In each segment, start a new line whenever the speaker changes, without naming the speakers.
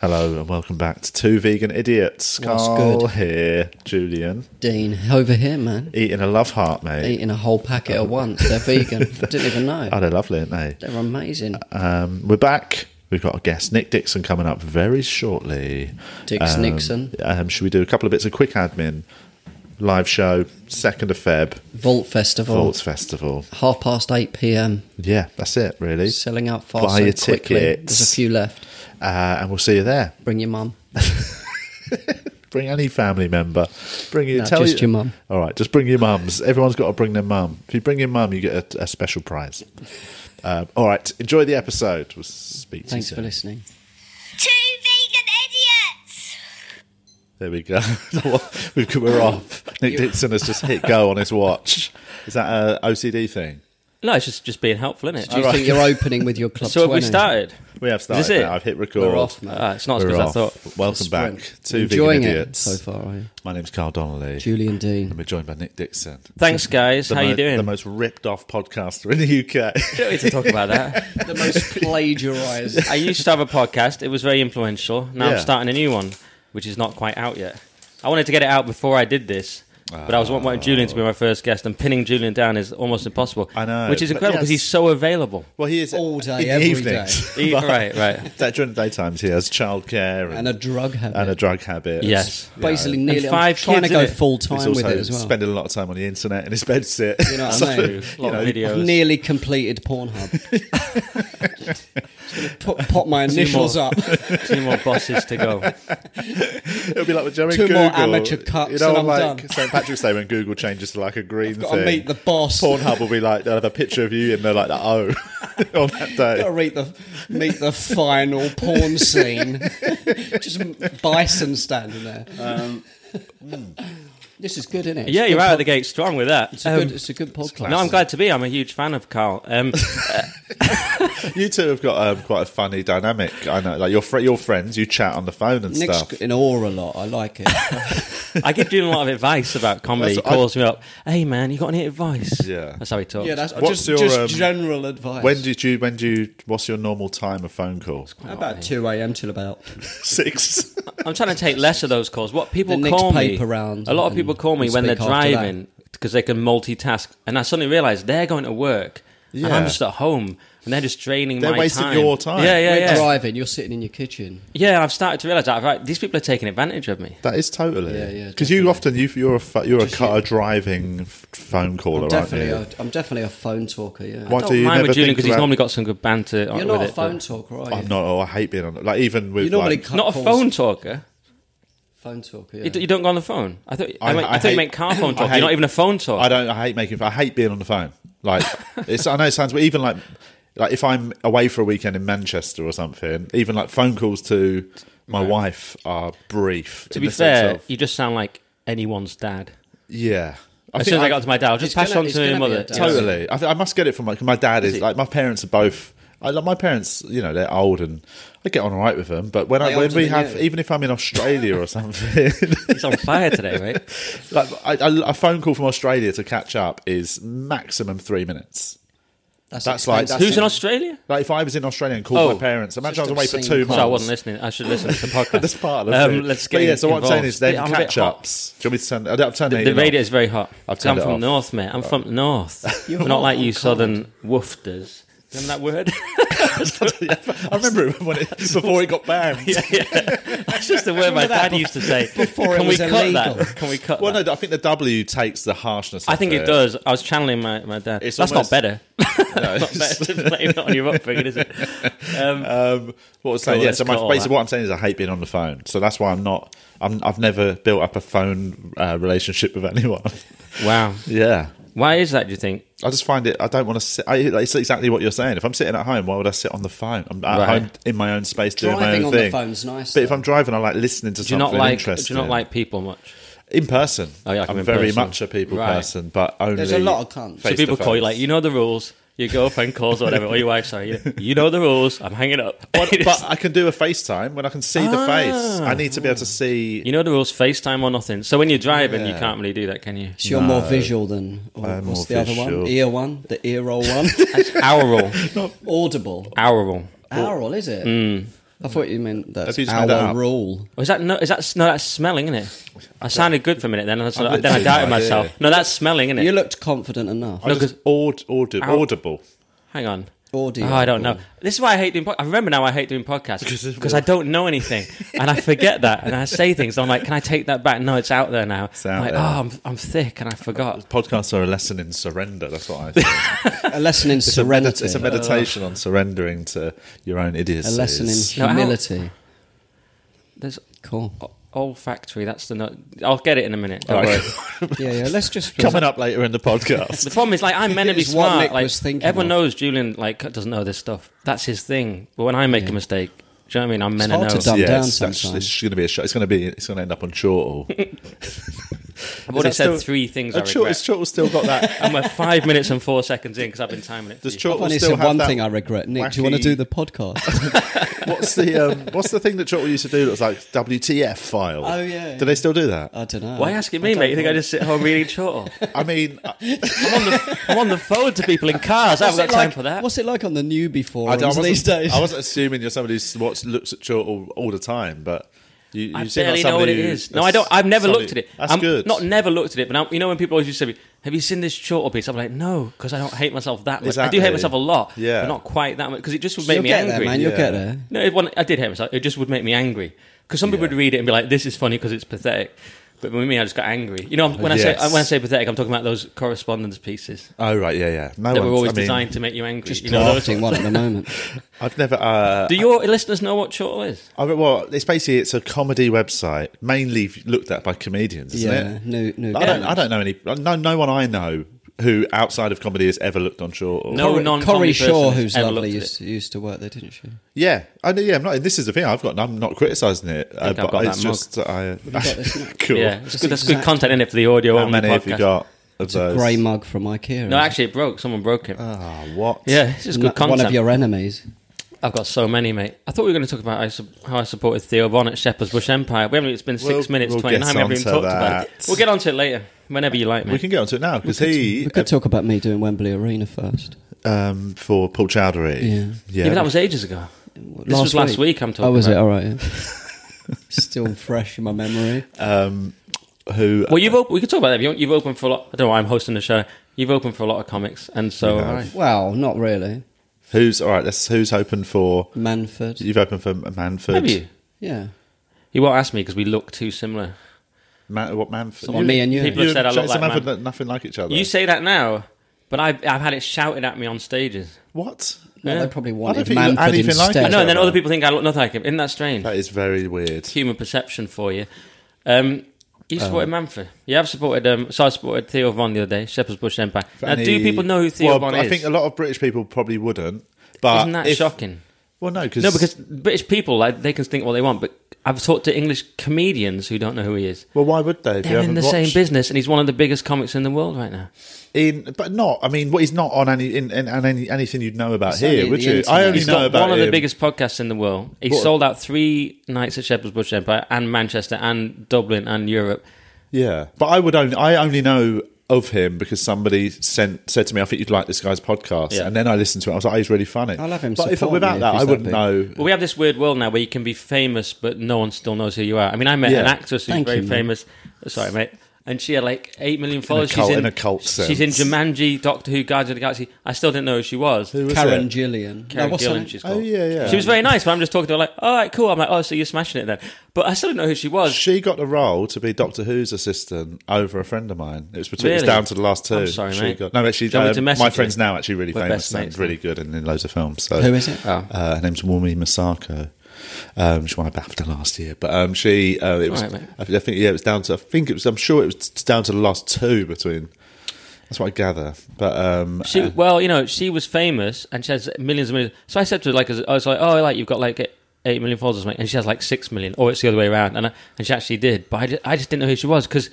Hello and welcome back to Two Vegan Idiots.
What's
Carl
good?
here, Julian,
Dean, over here, man.
eating a love heart, mate.
Eating a whole packet at once. They're vegan. Didn't even
Oh,
know.
they're lovely, aren't they?
They're amazing.
Um, we're back. We've got a guest, Nick Dixon, coming up very shortly.
Dix
Um,
Nixon.
Um, should we do a couple of bits of quick admin? Live show, 2nd of Feb,
Vault Festival.
Vaults Festival.
Half past 8 p.m.
Yeah, that's it, really.
Selling out fast.
Buy
so
your
quickly.
tickets.
There's a few left.
Uh, and we'll see you there.
Bring your mum.
Bring any family member. Bring your,
No,
tell
just
you-
your mum.
All right, just bring your mums. Everyone's got to bring their mum. If you bring your mum, you get a, a special prize. Um, all right, enjoy the episode. We'll speak
Thanks
to you
for
soon.
listening.
Two vegan idiots.
There we go. We've, we're off. Nick Dixon has just hit go on his watch. Is that a OCD thing?
No, it's just just being helpful, isn't
Do you
it?
right.
think you're opening with your club?
So have we
20?
started?
We have started.
Is this it?
now. I've hit record.
We're off, man.
Ah, it's not as
We're
good as I
off.
thought.
Welcome back.
Sprint.
Two
Enjoying
vegan
it
idiots.
so far. Are you?
My name's Carl Donnelly.
Julian Dean.
And we're joined by Nick Dixon.
Thanks, guys.
The
How you
mo-
doing?
The most ripped off podcaster in the UK.
Don't need to talk about that.
the most plagiarized.
I used to have a podcast. It was very influential. Now
Yeah.
I'm starting a new one, which is not quite out yet. I wanted to get it out before I did this, but I was
Ah.
wanting Julian to be my first guest, and pinning Julian down is almost impossible.
I know,
which is
but
incredible because
yes.
he's so available.
Well, he is
All day,
in the
every
evenings.
He- right, right.
That during the daytimes, he has childcare and,
And a drug habit.
and a drug habit.
Yes.
Basically,
Yeah.
nearly.
five
I'm trying
kids,
to go
innit?
full
He's
time
also
with it as well.
spending a lot of time on the internet in his bedsit.
You know what I mean?
A lot of
you know,
videos.
I've nearly completed Pornhub. Just gonna put, pop my initials
more.
up.
Two more bosses to go.
It'll be like with Jeremy
Two
Google.
more amateur cups
you know,
and
on,
I'm
like
done.
St Patrick's Day when Google changes to like a green
Got
thing.
to meet the boss.
Pornhub will be like they'll have a picture of you and they're like the O on that
Got
day.
to meet the meet the final porn scene. Just bison standing there. Hmm. this is good, isn't it?
Yeah, you're out of the gate strong with that.
It's
Um,
a good, it's a good podcast.
no, I'm glad to be. I'm a huge fan of Carl. Um,
You two have got um, quite a funny dynamic. I know, like your fr- your friends, you chat on the phone and
Nick's
stuff.
in awe a lot. I like it.
I give Julian a lot of advice about comedy. He
That's- I-
calls me up, hey man, you got any advice?
Yeah.
That's how he talks.
Yeah, that's
What's
just,
your,
just
um,
general advice.
When did you? When do you? What's your normal time of phone call?
about two a.m. till about
Six.
I'm trying to take less of those calls. What people
The next
call me,
paper round
a lot of
and
people call me
we'll
when they're
speak after that.
driving because they can multitask, and I suddenly realise they're going to work and
Yeah.
I'm just at home, and they're just draining
They're
my
wasting
time.
your time.
Yeah, yeah,
We're
yeah.
driving. You're sitting in your kitchen.
Yeah, and I've started to realise that right, these people are taking advantage of me.
That is totally.
Yeah, yeah,
Because you often you you're a fa- you're
Just
a car
you.
driving f- phone caller, aren't
definitely,
you?
a, I'm definitely a phone talker. Yeah,
Why
Don't
do you
mind
never
with Julian
think
because he's
about-
normally got some good banter.
you're
with
not a
it, but-
phone talker, are you?
I'm not. Oh, I hate being on. Like even with
You normally
like,
cut
Not a
calls.
phone talker.
phone talker. Yeah.
You, d- you don't go on the phone. I thought I,
I-
meant- I
I
thought
hate-
you meant car phone
I
talker.
hate-
You're not even a phone talker.
I don't. I hate making. I hate being on the phone. Like it's. I know it sounds. But even like like if I'm away for a weekend in Manchester or something, even like phone calls to my wife are brief.
To be fair, you just sound like anyone's dad.
yeah. I think
As soon as I
I-
got to my dad, I was just
It's
passed
gonna-
on
it's
to my
gonna be
mother.
a dad.
Totally. I, th- I must get it from like my dad is,
it-
like my parents are both. I like my parents. You know, they're old and I get on all right with them. But when I
They
when
older
we
than
have,
you?
even if I'm in Australia or something,
He's on fire today, right?
like I, I, a phone call from Australia to catch up is maximum three minutes. that's like-
expensive.
Who's in Australia?
Like if I was in Australia and called
Oh.
my parents, imagine I
Just
was away for two
obscene calls.
months.
So I wasn't listening. I should listen to the podcast.
That's part of it.
Um, let's
But
get
yeah, so what I'm saying
involved.
is then
I'm a bit
catch
hot.
ups. Do you want me to turn? I'll turn
The,
it
the
off.
radio is very hot.
I've
I'm
turned it
from
off.
North, mate. I'm from North.
You're
I'm not like
hot,
you
I'm
southern woofters. Remember that word?
I remember it when it before it got banned.
That's just the word my
that
dad used to say.
before it
Can
was
we
illegal.
cut that? Can we cut
Well,
that?
no, I think the W takes the harshness.
I
of
think it does. I was channeling my, my dad.
It's
That's
almost-
not better.
No,
Not better to blame it on your upbringing, is it? Um,
um, what was I saying?
Cool,
Yeah,
let's
so my,
cut all
basically
that.
what I'm saying is I hate being on the phone. So that's why I'm not. I'm, I've never built up a phone uh, relationship with anyone.
wow.
yeah.
Why is that? Do you think?
I just find it. I don't want to sit. I, it's exactly what you're saying. If I'm sitting at home, why would I sit on the phone? I'm at
Right.
home in my own space doing my
Driving
own
on the
thing.
phone's nice,
But if
though.
I'm driving, I like listening to
Do you
something
not like? Do
interesting.
you not like people much?
in person?
Oh, yeah, I can
I'm
in
very
person.
much a people
Right.
person, but only.
There's a lot of cunts. So
So
face
people
to
call you
face.
like, you know the rules. Your girlfriend calls or whatever, or your wife. Sorry, you, you know the rules. I'm hanging up.
But, but I can do a FaceTime when I can see the
Ah.
face. I need to be able to see.
you know the rules. FaceTime or nothing. So when you're driving, you
Yeah.
can't really do that, can you?
So you're more visual than or,
I'm
what's the
more
other
visual.
one? Ear one, the ear roll one.
Aural,
Audible,
aural. Hmm.
aural, is it? I thought you meant
Have
that's
you just
our
made that up?
rule.
Oh, is that no? Is that s- no? That's smelling, isn't it? I sounded good for a minute, then I, sort of- then I
literally
doubted
no idea.
myself. No, that's smelling, isn't it?
You looked confident enough.
I
No,
just
'cause-
aud- audi-
Ow.
audible.
Hang on.
Audio.
Oh, I don't know. This is why I hate doing. Po- I remember now. I hate doing podcasts because I don't know anything, and I forget that, and I say things. I'm like, can I take that back? No, it's out there now.
out
I'm like,
there.
oh, I'm, I'm thick, and I forgot.
Podcasts are a lesson in surrender. That's what I. Think.
A lesson in
It's a medi-
serenity.
It's a meditation on surrendering to your own idiocy.
A lesson in
No, how-
humility.
There's
Cool.
o- olfactory. That's the. No- I'll get it in a minute. Don't
Right.
worry.
Yeah, yeah. Let's just
Coming up later in the podcast.
The problem is, like, I'm meant to be
It's what
smart.
Nick
like,
was thinking
everyone
of.
knows Julian like doesn't know this stuff. That's his thing. But when I make a mistake, do you know what I mean? I'm meant
hard
to know.
to dumb
yeah,
down
it's, that's,
sometimes.
it's going to be a short. It's going to be. It's going to end up on Chortle.
I've already
Is
said
that still-
three things I
And Chortle,
regret.
Chortle's still got that. um,
and we're five minutes and four seconds in because I've been timing it.
Does
for you.
Chortle
Funny,
still
said
have
one
that?
thing I regret. Nick, do you want to
wacky-
do the podcast?
What's the um, What's the thing that Chortle used to do? That was like WTF file.
Oh, yeah.
Do they still do that?
I don't know.
Why are you asking me, mate? You think I just sit home reading Chortle?
Uh,
I mean, I,
I'm on the, I'm on the phone to people in cars. I
What's
haven't got
it like-
time for that.
What's it like on the newbie
I, don't- I
forums
wasn't,
these days?
I wasn't assuming you're somebody who watch, looks at Chortle all the time, but. You, you
I
seem
barely
like
know what
somebody
it
who-
is. No, I don't. I've never
somebody-
looked at it.
That's
I'm
good.
Not never looked at it, but now, you know when people always used to be, "Have you seen this Chortle piece?" I'm like, "No," because I don't hate myself that much. I
Exactly.
do hate myself a lot.
Yeah.
but not quite that much because it just would make
You'll
me
get
angry.
there, man. You'll
Yeah.
get there.
No, it, wasn't- I did hate myself. It just would make me angry because some people
Yeah.
would read it and be like, "This is funny because it's pathetic." But with me, I just got angry. You know, when I say
Yes.
when I say pathetic, I'm talking about those correspondence pieces
Oh right, yeah, yeah. No,
that were
one's-
always
I mean,
designed to make you angry.
Just
you know, those
drafting one at the moment.
I've never. Uh,
Do your listeners know what chortle is?
I mean, well, it's basically it's a comedy website mainly looked at by comedians, isn't
yeah,
it?
new, new.
I don't. I don't know any. No, no one I know who outside of comedy has ever looked on short. Or,
No.
Corey,
non-comedy
Corey
person
Shaw,
has
who's
ever
lovely,
looked at
used to, used to work there, didn't she?
Yeah. I know. Yeah. I'm not. This is the thing. I've got. I'm not criticizing it. Uh,
I've
but
got that
it's
mug.
just. that I,
got this mug?
cool.
Yeah, it's
Just
good, that's good
exact-
content in it for the audio
How
only
many have you
podcast.
got of those?
Grey mug from IKEA.
No,
isn't
actually, it broke. Someone broke it.
Ah, what?
yeah, it's just
it?
good
Not
content.
one of your enemies.
I've got so many, mate. I thought we were going to talk about how I su- how I supported Theo Von at Shepherd's Bush Empire. We haven't. It's been 6
We'll-
minutes
we'll
twenty nine.
get
We haven't even
onto
talked about it.
that.
We'll get onto it later, whenever you like,
We
mate.
can get onto it now because he
We could talk about me doing Wembley Arena first.
um, for Paul Chowdhury.
Yeah.
yeah,
Yeah.
but that was ages ago. This was last week. I'm talking.
Oh, was it?
about.
All right. yeah. Still fresh in my memory.
um, who?
Well, you've op- we could talk about that. if you want. You've opened for a lot. I don't know. why I'm hosting the show. You've opened for a lot of comics, and so
We have.
Well, not really.
Who's all right? Let's. Who's open for?
Manford.
You've opened for Manford.
have you?
Yeah.
You won't ask me because we look too similar.
Man, what Manford?
Well, me and you.
people- have said I look
Jason
like
Manford look nothing like each other.
You say that now, but I've I've had it shouted at me on stages.
what?
Well,
Yeah.
they probably
I don't
wanted
think you look
Manford
anything like
instead.
it.
I know, and then
Trevor.
other people think I look nothing like him. Isn't that strange?
That is very weird.
Human perception for you. Um, you
Uh,
supported Manfred. Yeah, I've supported. Um, so I supported Theo Von the other day, Shepherd's Bush Empire. Now,
Any-
do people know who Theo
well,
Von
I
is?
think a lot of British people probably wouldn't. But
Isn't that
if-
shocking?
Well, no, because
No, because British people like they can think what they want, but I've talked to English comedians who don't know who he is.
well, why would they? if you
They're in
haven't
the same
watched-
business, and he's one of the biggest comics in the world right now.
In, but not. I mean, well, he's not on any in, in, on any anything you'd know about
It's only
here,
in
would
the
you?
internet.
I only
He's
know
got
about
one of the
him.
biggest podcasts in the world. He
What-
sold out three nights at Shepherd's Bush Empire and Manchester and Dublin and Europe.
Yeah, but I would only I only know of him because somebody sent said to me, "I think you'd like this guy's podcast,"
Yeah.
and then I listened to it. I was like, oh, "He's really funny."
I'll have him
But if,
support
without
me if
that,
he's
I
that
wouldn't
big.
know.
But we have this weird world now where you can be famous, but no one still knows who you are. I mean, I met
Yeah.
an actress who's
Thank
very
you, mate.
famous. Sorry, mate. And she had like eight million followers.
cult-
she's in,
in a cult
She's in
sense.
Jumanji, Doctor Who, Guardians of the Galaxy. I still didn't know who she was.
Who was
Karen
it?
Gillian.
Karen
No, what's her
Gillan,
name?
she's
Oh
called.
yeah, yeah.
She was very nice, but I'm just talking to her like, all right, cool. I'm like, oh, so you're smashing it then. But I still didn't know who she was.
She got the role to be Doctor Who's assistant over a friend of mine. It was between it was
Really?
down to the last two.
I'm sorry,
she
mate.
Got, no, actually,
Do you want me to
um, my
message
friend's
you?
now actually really
We're
famous
best
and
mates
really good and in loads of films. So
Who is it?
Oh.
Uh, her name's Wumi Masako. Um, she won a BAFTA last year, but um, she uh, it was.
All right, mate.
I, think- I think yeah, it was down to. I think it was. I'm sure it was down to the last two between. That's what I gather. But um,
She well, you know, she was famous and she has millions and millions. So I said to her, like, I was like, oh, like you've got like eight million followers, or something, and she has like six million, or it's the other way around, and I, and she actually did, but I just, I just didn't know who she was because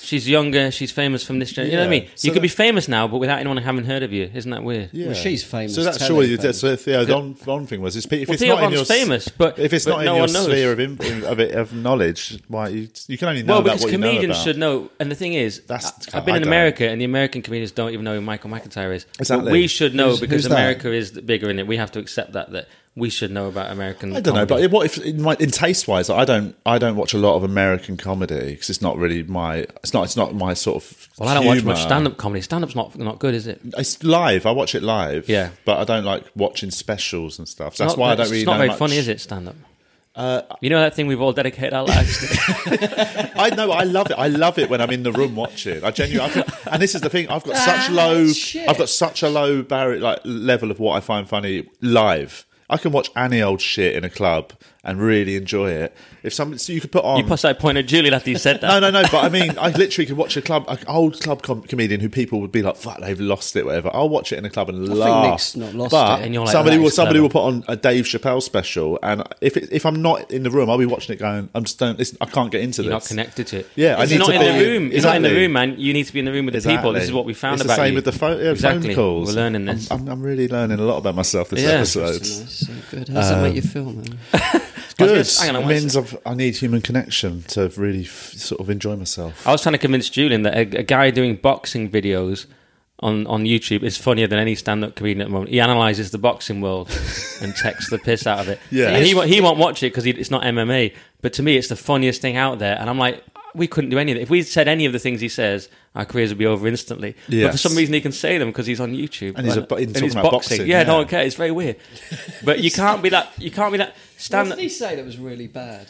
she's younger, she's famous from this generation. You know what
Yeah.
I mean?
So
you could
that-
be famous now, but without anyone having heard of you, isn't that weird?
yeah.
Well, she's famous,
So that's
telly
surely
famous.
that's the Theo Don, Don thing was. It's, if
Well,
it's
Theo
not in
Von's
your s-
famous, but-
if it's
but
not
no
in your
one knows.
sphere of, in, of, it, of knowledge, why you, you can only know
Well,
about
because
what you know
comedians
about.
should know, and the thing is,
That's-
I, have been
I
in
don't.
America, and the American comedians don't even know who Michael McIntyre is. But
Exactly.
we should know
Who's-
because
who's that?
America is bigger in it. We have to accept that that we should know about American.
I don't know, but what if in, my, in taste wise, I don't I don't watch a lot of American comedy because it's not really my it's not it's not my sort of.
well, I don't watch
humour.
much stand up comedy. Stand up's not not good, is it?
It's live. I watch it live.
Yeah.
but I don't like watching specials and stuff. So that's
Not-
why I don't
it's
really.
not
know
very
much. Uh,
funny, is it? Stand up. you know that thing we've all dedicated our lives to.
I know. I love it. I love it when I'm in the room watching. I genuinely. I think, and this is the thing. I've got such low.
shit.
I've got such a low barrier, like level of what I find funny live. I can watch any old shit in a club and really enjoy it. If some, so you could put on.
You passed that point at Julie after you said that.
no, no, no. But I mean, I literally could watch a club, an old club com- comedian who people would be like, "Fuck, they've lost it," whatever. I'll watch it in a club and laugh.
Nick's not lost
but
it,
and you're like,
somebody
"That
will
is
somebody
clever."
will put on a Dave Chappelle special, and if it, if I'm not in the room, I'll be watching it going, "I'm just don't listen. I can't get into
You're not
this."
connected to it.
Yeah, I
it's
need
not
to
in
be-
the room. It's not in the
Exactly.
room, man. You need to be in the room with the people. This is what we found
it's
about
the same
you.
with the uh, phone, yeah, phone
exactly.
calls.
We're learning this.
I'm, I'm, I'm really learning a lot about myself this
Yeah.
episode.
So nice, so good. How does that
Um,
make you feel, man?
It's
I was
good.
gonna- hang on, I
it
wanna
means I've, I need human connection to really f- sort of enjoy myself.
I was trying to convince Julian that a, a guy doing boxing videos on, on YouTube is funnier than any stand up comedian at the moment. He analyzes the boxing world and takes the piss out of it.
Yeah.
And he, won't- he won't watch it because it's not MMA. But to me, it's the funniest thing out there. And I'm like, we couldn't do any of it. If we said any of the things he says, our careers would be over instantly. But for
Yes.
some reason, he can say them because he's on YouTube
And he's a-
Like,
he's talking about boxing,
Yeah,
yeah.
no one cares. It's very weird. But you can't be that. You can't be that.
What
Stand
did he say that was really bad?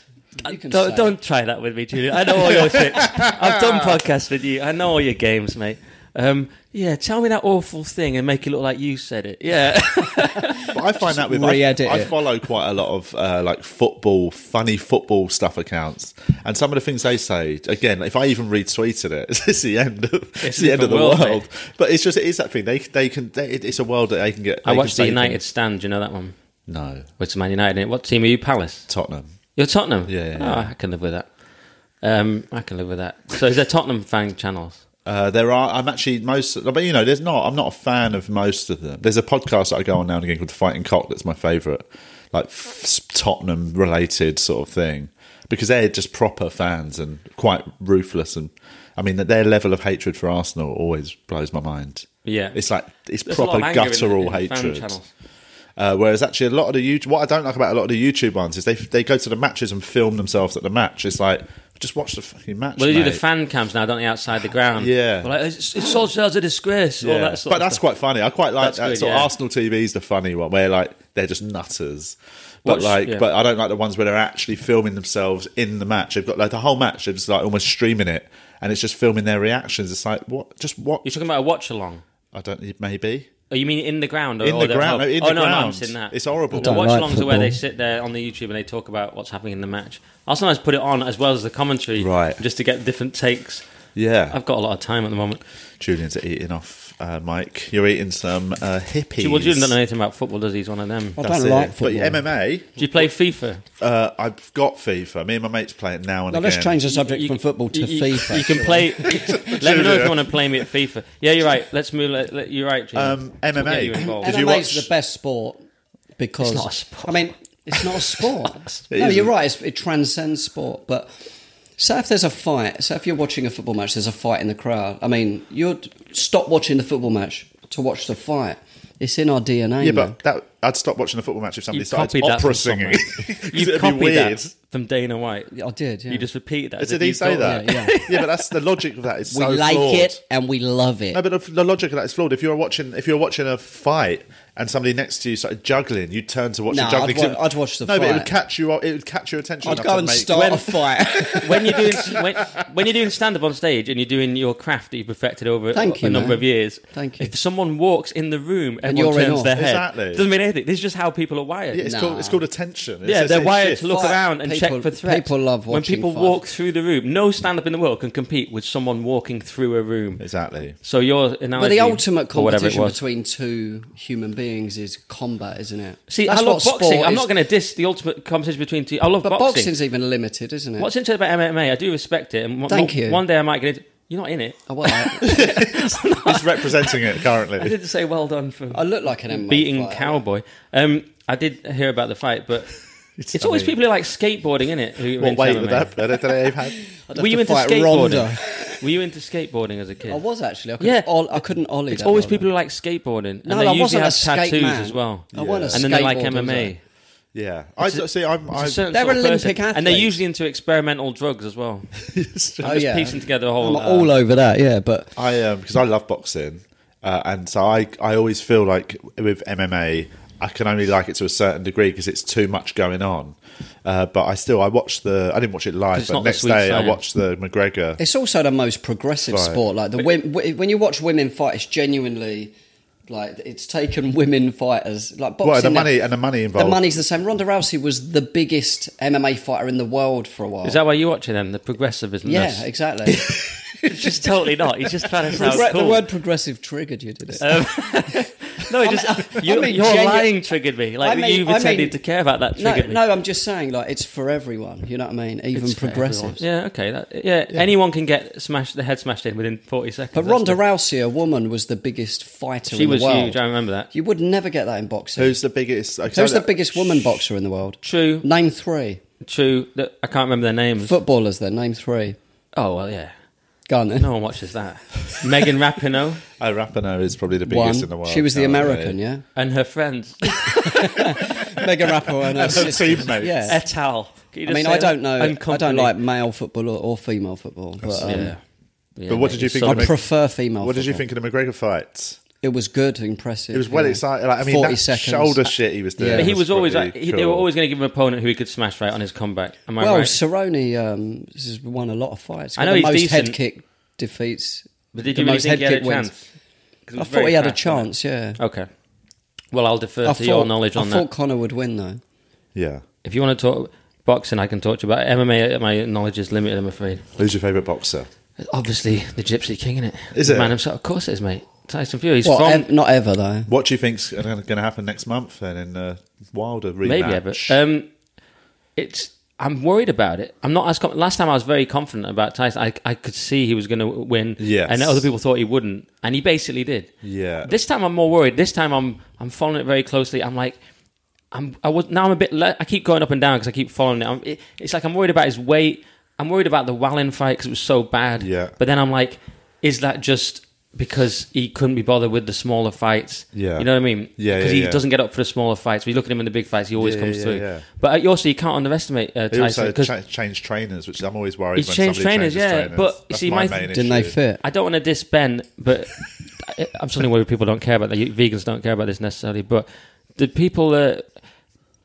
You can
don't,
say.
don't try that with me, Julian. I know all your tricks. I've done podcasts with you. I know all your games, mate. Um, yeah, tell me that awful thing and make it look like you said it. Yeah,
But I find that with I,
re-edit
I
it.
follow quite a lot of uh, like football, funny football stuff accounts, and some of the things they say. Again, if I even retweeted it, it's the end. Of, it's, the end of the world.
different world,
But it's just it is that thing. They they can. They, it's a world that they can get.
I
they
watched
can say
the United
things.
stand. Do you know that one?
No,
What's Man United? In it? What team are you? Palace.
Tottenham. Ah,
You're Tottenham.
Yeah, yeah,
Oh,
yeah.
I can live with that. Um, I can live with that. So is there Tottenham fan channels?
Uh, there are. I'm actually most, but you know, there's not. I'm not a fan of most of them. There's a podcast that I go on now and again called The Fighting Cock. That's my favourite, like f- Tottenham related sort of thing, because they're just proper fans and quite ruthless. And I mean, their level of hatred for Arsenal always blows my mind.
Yeah.
it's like it's
There's a lot
proper
of anger in-
guttural
in fan
hatred.
channels.
Uh, whereas actually a lot of the YouTube, what I don't like about a lot of the YouTube ones is they they go to the matches and film themselves at the match. It's like just watch the fucking match.
Well, they do the
mate.
fan cams now, don't they, outside the ground?
Yeah.
Well, like, it's, it's Solskjaer's a disgrace. All
Yeah.
that sort
but
of
that's
stuff.
quite funny. I quite like
That's
that.
good,
sort
yeah.
of Arsenal TV is the funny one where like they're just nutters. But
Watch-
like,
yeah.
but I don't like the ones where they're actually filming themselves in the match. They've got like the whole match. They're just like almost streaming it, and it's just filming their reactions. It's like what? Just what?
You're talking about a watch along.
I don't. Maybe
Oh, you mean in the ground? Or,
in
or
the
they're
ground.
up?
No, in
oh
the
no, no, I'm
ground.
seeing that.
It's horrible.
The
don't
watch
like
alongs are where they
football.
sit there on the YouTube and they talk about what's happening in the match. I'll sometimes put it on as well as the commentary,
Right.
Just to get different takes.
Yeah,
I've got a lot of time at the moment.
Julian's eating off uh, Mike. You're eating some uh, hippies.
Well, Julian doesn't know anything about football, does he? He's one of them. Do
I
That's
don't
it.
like football.
But MMA,
you play FIFA?
uh, I've got FIFA. Me and my mates play it now and
now
again.
let's change the subject
You-
from football to
you- you-
FIFA.
You can play. let me know if you want to play me at FIFA. Yeah, you're right. Let's move. Let, let- you're right, Julian.
Um,
We'll
MMA.
get you involved.
Did
MMA's
you watch-
the best sport because
It's not a sport.
I mean, it's not a sport.
It
no,
isn't.
you're right. It's, it transcends sport. But say if there's a fight, say if you're watching a football match, there's a fight in the crowd. I mean, you'd stop watching the football match to watch the fight. It's in our DNA.
Yeah,
man.
but that I'd stop watching a football match if somebody
You
started
copied that
opera
from
singing.
somewhere.
'Cause
You
it'd be
copied
weird.
that from Dana White.
I did. Yeah.
You just repeat that. as
Did
if
he
you
say
thought-
that?
Yeah, yeah.
but that's the logic of that. It's
we
so
like
flawed.
it and we love it.
No, but the, the logic of that is flawed. If you're watching, if you're watching a fight and somebody next to you started juggling, you'd turn to watch
No,
the juggling.
I'd wa-
'cause it-
I'd watch the
no, but it would
fight.
catch you. It would catch your attention.
I'd
enough
go
to
and
make-
start a fight.
when you're doing when, when you're doing stand up on stage and you're doing your craft that you've perfected over
Thank
a
you,
number
man.
of years,
Thank you.
If someone walks in the room, everyone
you're in
turns
awe.
their head.
Exactly.
Doesn't mean anything. This is just how people are wired.
Yeah, it's
Nah.
called it's called attention. It's-
Yeah,
it's-
they're
it's
wired
shit.
to look
Fight.
around and
People-
check for threats.
people love
when
watching
people
fight.
walk through the room. No stand up in the world can compete with someone walking through a room.
Exactly.
So your analogy,
But the ultimate
or whatever it
competition
was.
between two human beings is combat, isn't it?
See, I love boxing. I'm not going to diss the ultimate competition between two. I love
But
boxing.
boxing's even limited, isn't it?
What's interesting about MMA, I do respect it. And one-
Thank you.
One day I might get it. You're not in it.
I, well,
He's representing it
I
currently.
did say well done for
I look like an MMA
beating
fighter.
cowboy. Um, I did hear about the fight, but it's, always
I mean,
people who like skateboarding, isn't it? Who are
What
into
weight
MMA.
would that be? I don't know if they had-
Were you
to
into
fight
skateboarding?
Ronda.
Were you into skateboarding as a kid?
I was actually. I couldn't,
Yeah,
yeah, ol- I couldn't ollie.
It's
that
always
well,
people
though.
who like skateboarding, and
No,
they
I
usually
wasn't a
have
skate
tattoos
man.
as well.
I want a
and then they like
skateboarder,
MMA.
was
Yeah, I see. I'm. I'm
It's a certain
They're
sort of
Olympic
person. and they're
athletes.
usually into experimental drugs as well.
Oh,
Just
yeah.
piecing together a
I'm
whole. uh,
all over that, yeah, but
I um because I love boxing, uh, and so I I always feel like with MMA I can only like it to a certain degree because it's too much going on. Uh, but I still I watched the I didn't watch it live,
It's
but
not the
next
sweet
day I
science.
watched the McGregor.
it's also the most progressive
Right.
sport. Like the wom- w- when you watch women fight, it's genuinely like it's taken women fighters like boxing.
Well, the
now-
money and the money involved.
The money's the same. Ronda Rousey was the biggest MMA fighter in the world for a while.
Is that why you watch it then? The progressivism.
yeah, exactly.
it's just totally not. He's just trying to sound
Regret-
cool. Uh,
The word progressive triggered you, did it?
no, it just
I
you,
mean,
your
genu-
lying triggered me. Like
I mean-
you
I
pretended
mean-
to care about that
no,
triggered me.
no, I'm just saying, like, it's for everyone. You know what I mean? Even
It's for
progressives.
everyone. Yeah, okay. That, yeah, anyone can get smashed the head smashed in within forty seconds.
But
That's
Ronda
the-
Rousey, a woman, was the biggest fighter
she
in the
was
world.
huge. I remember that.
You would never get that in boxing. Who's,
Who's the biggest? like, so
the
that-
biggest woman boxer in the world?
True,
Name three.
true. That I can't remember their names.
Footballers, then. Name three.
oh well, yeah.
Go on, then.
No one watches that. Megan Rapinoe
Oh, Rapinoe is probably the biggest
One.
in the world.
She was the
currently.
American, yeah?
and her friends.
Mega rapper and her
her
sisters.
teammates.
Yeah.
Et al. Can you
I
just
mean,
say
I don't know.
that? And
I don't
company.
like male football or, or female football. But, um,
yeah. Yeah,
But what
mate,
did you
it's
think
so-
of
I prefer female.
What did you
football.
think of the McGregor fight?
It was good, impressive.
It was well
yeah.
exciting. Like, I mean,
40
that
seconds.
shoulder shit he was doing.
Yeah.
But he was always
pretty
like he, they were
cool.
always going to give him an opponent who he could smash right on his comeback. Am I
Well,
right?
Cerrone um, has won a lot of fights.
I know
the
he's
most
decent.
head kick defeats.
but did
the
you really
most
think he had
head
a
kick wins.
chance? 'Cause it
I
was
thought
very
he had a
fast, wasn't
chance. Yeah.
it? Okay. Well, I'll defer
I
to your
thought-
knowledge on
I
that.
thought Connor would win though.
Yeah.
If you want to talk boxing, I can talk to you about it. MMA. My knowledge is limited, I'm afraid.
Who's your favorite boxer?
Obviously, the Gypsy King, innit?
Is
the
it?
Man himself. Of course it is, mate. Tyson Fury. He's
Well,
from.
ev- not ever though.
What do you think's going to happen next month then in the Wilder rematch?
Maybe ever. Um, it's. I'm worried about it. I'm not as com- last time. I was very confident about Tyson. I, I could see he was going to win.
Yes.
and other people thought he wouldn't, and he basically did.
Yeah.
This time I'm more worried. This time I'm I'm following it very closely. I'm like, I'm I was now I'm a bit. Le- I keep going up and down because I keep following it. I'm, it. It's like I'm worried about his weight. I'm worried about the Wallin fight because it was so bad.
Yeah.
But then I'm like, is that just because he couldn't be bothered with the smaller fights?
Yeah.
You know what I mean?
Yeah,
Because
yeah,
he
yeah.
doesn't get up for the smaller fights. We look at him in the big fights. He always
Yeah,
comes
yeah,
through.
yeah.
But uh, also, you can't underestimate uh,
He
Tyson
also
because
cha- changed trainers, which I'm always worried.
He's
when
changed
somebody
trainers,
changes
yeah,
trainers.
but you
That's
see,
my
my-
main
Didn't they
issue.
fit?
I don't want to diss Ben, but I, I'm something worried people don't care about that. You- Vegans don't care about this necessarily, but the people that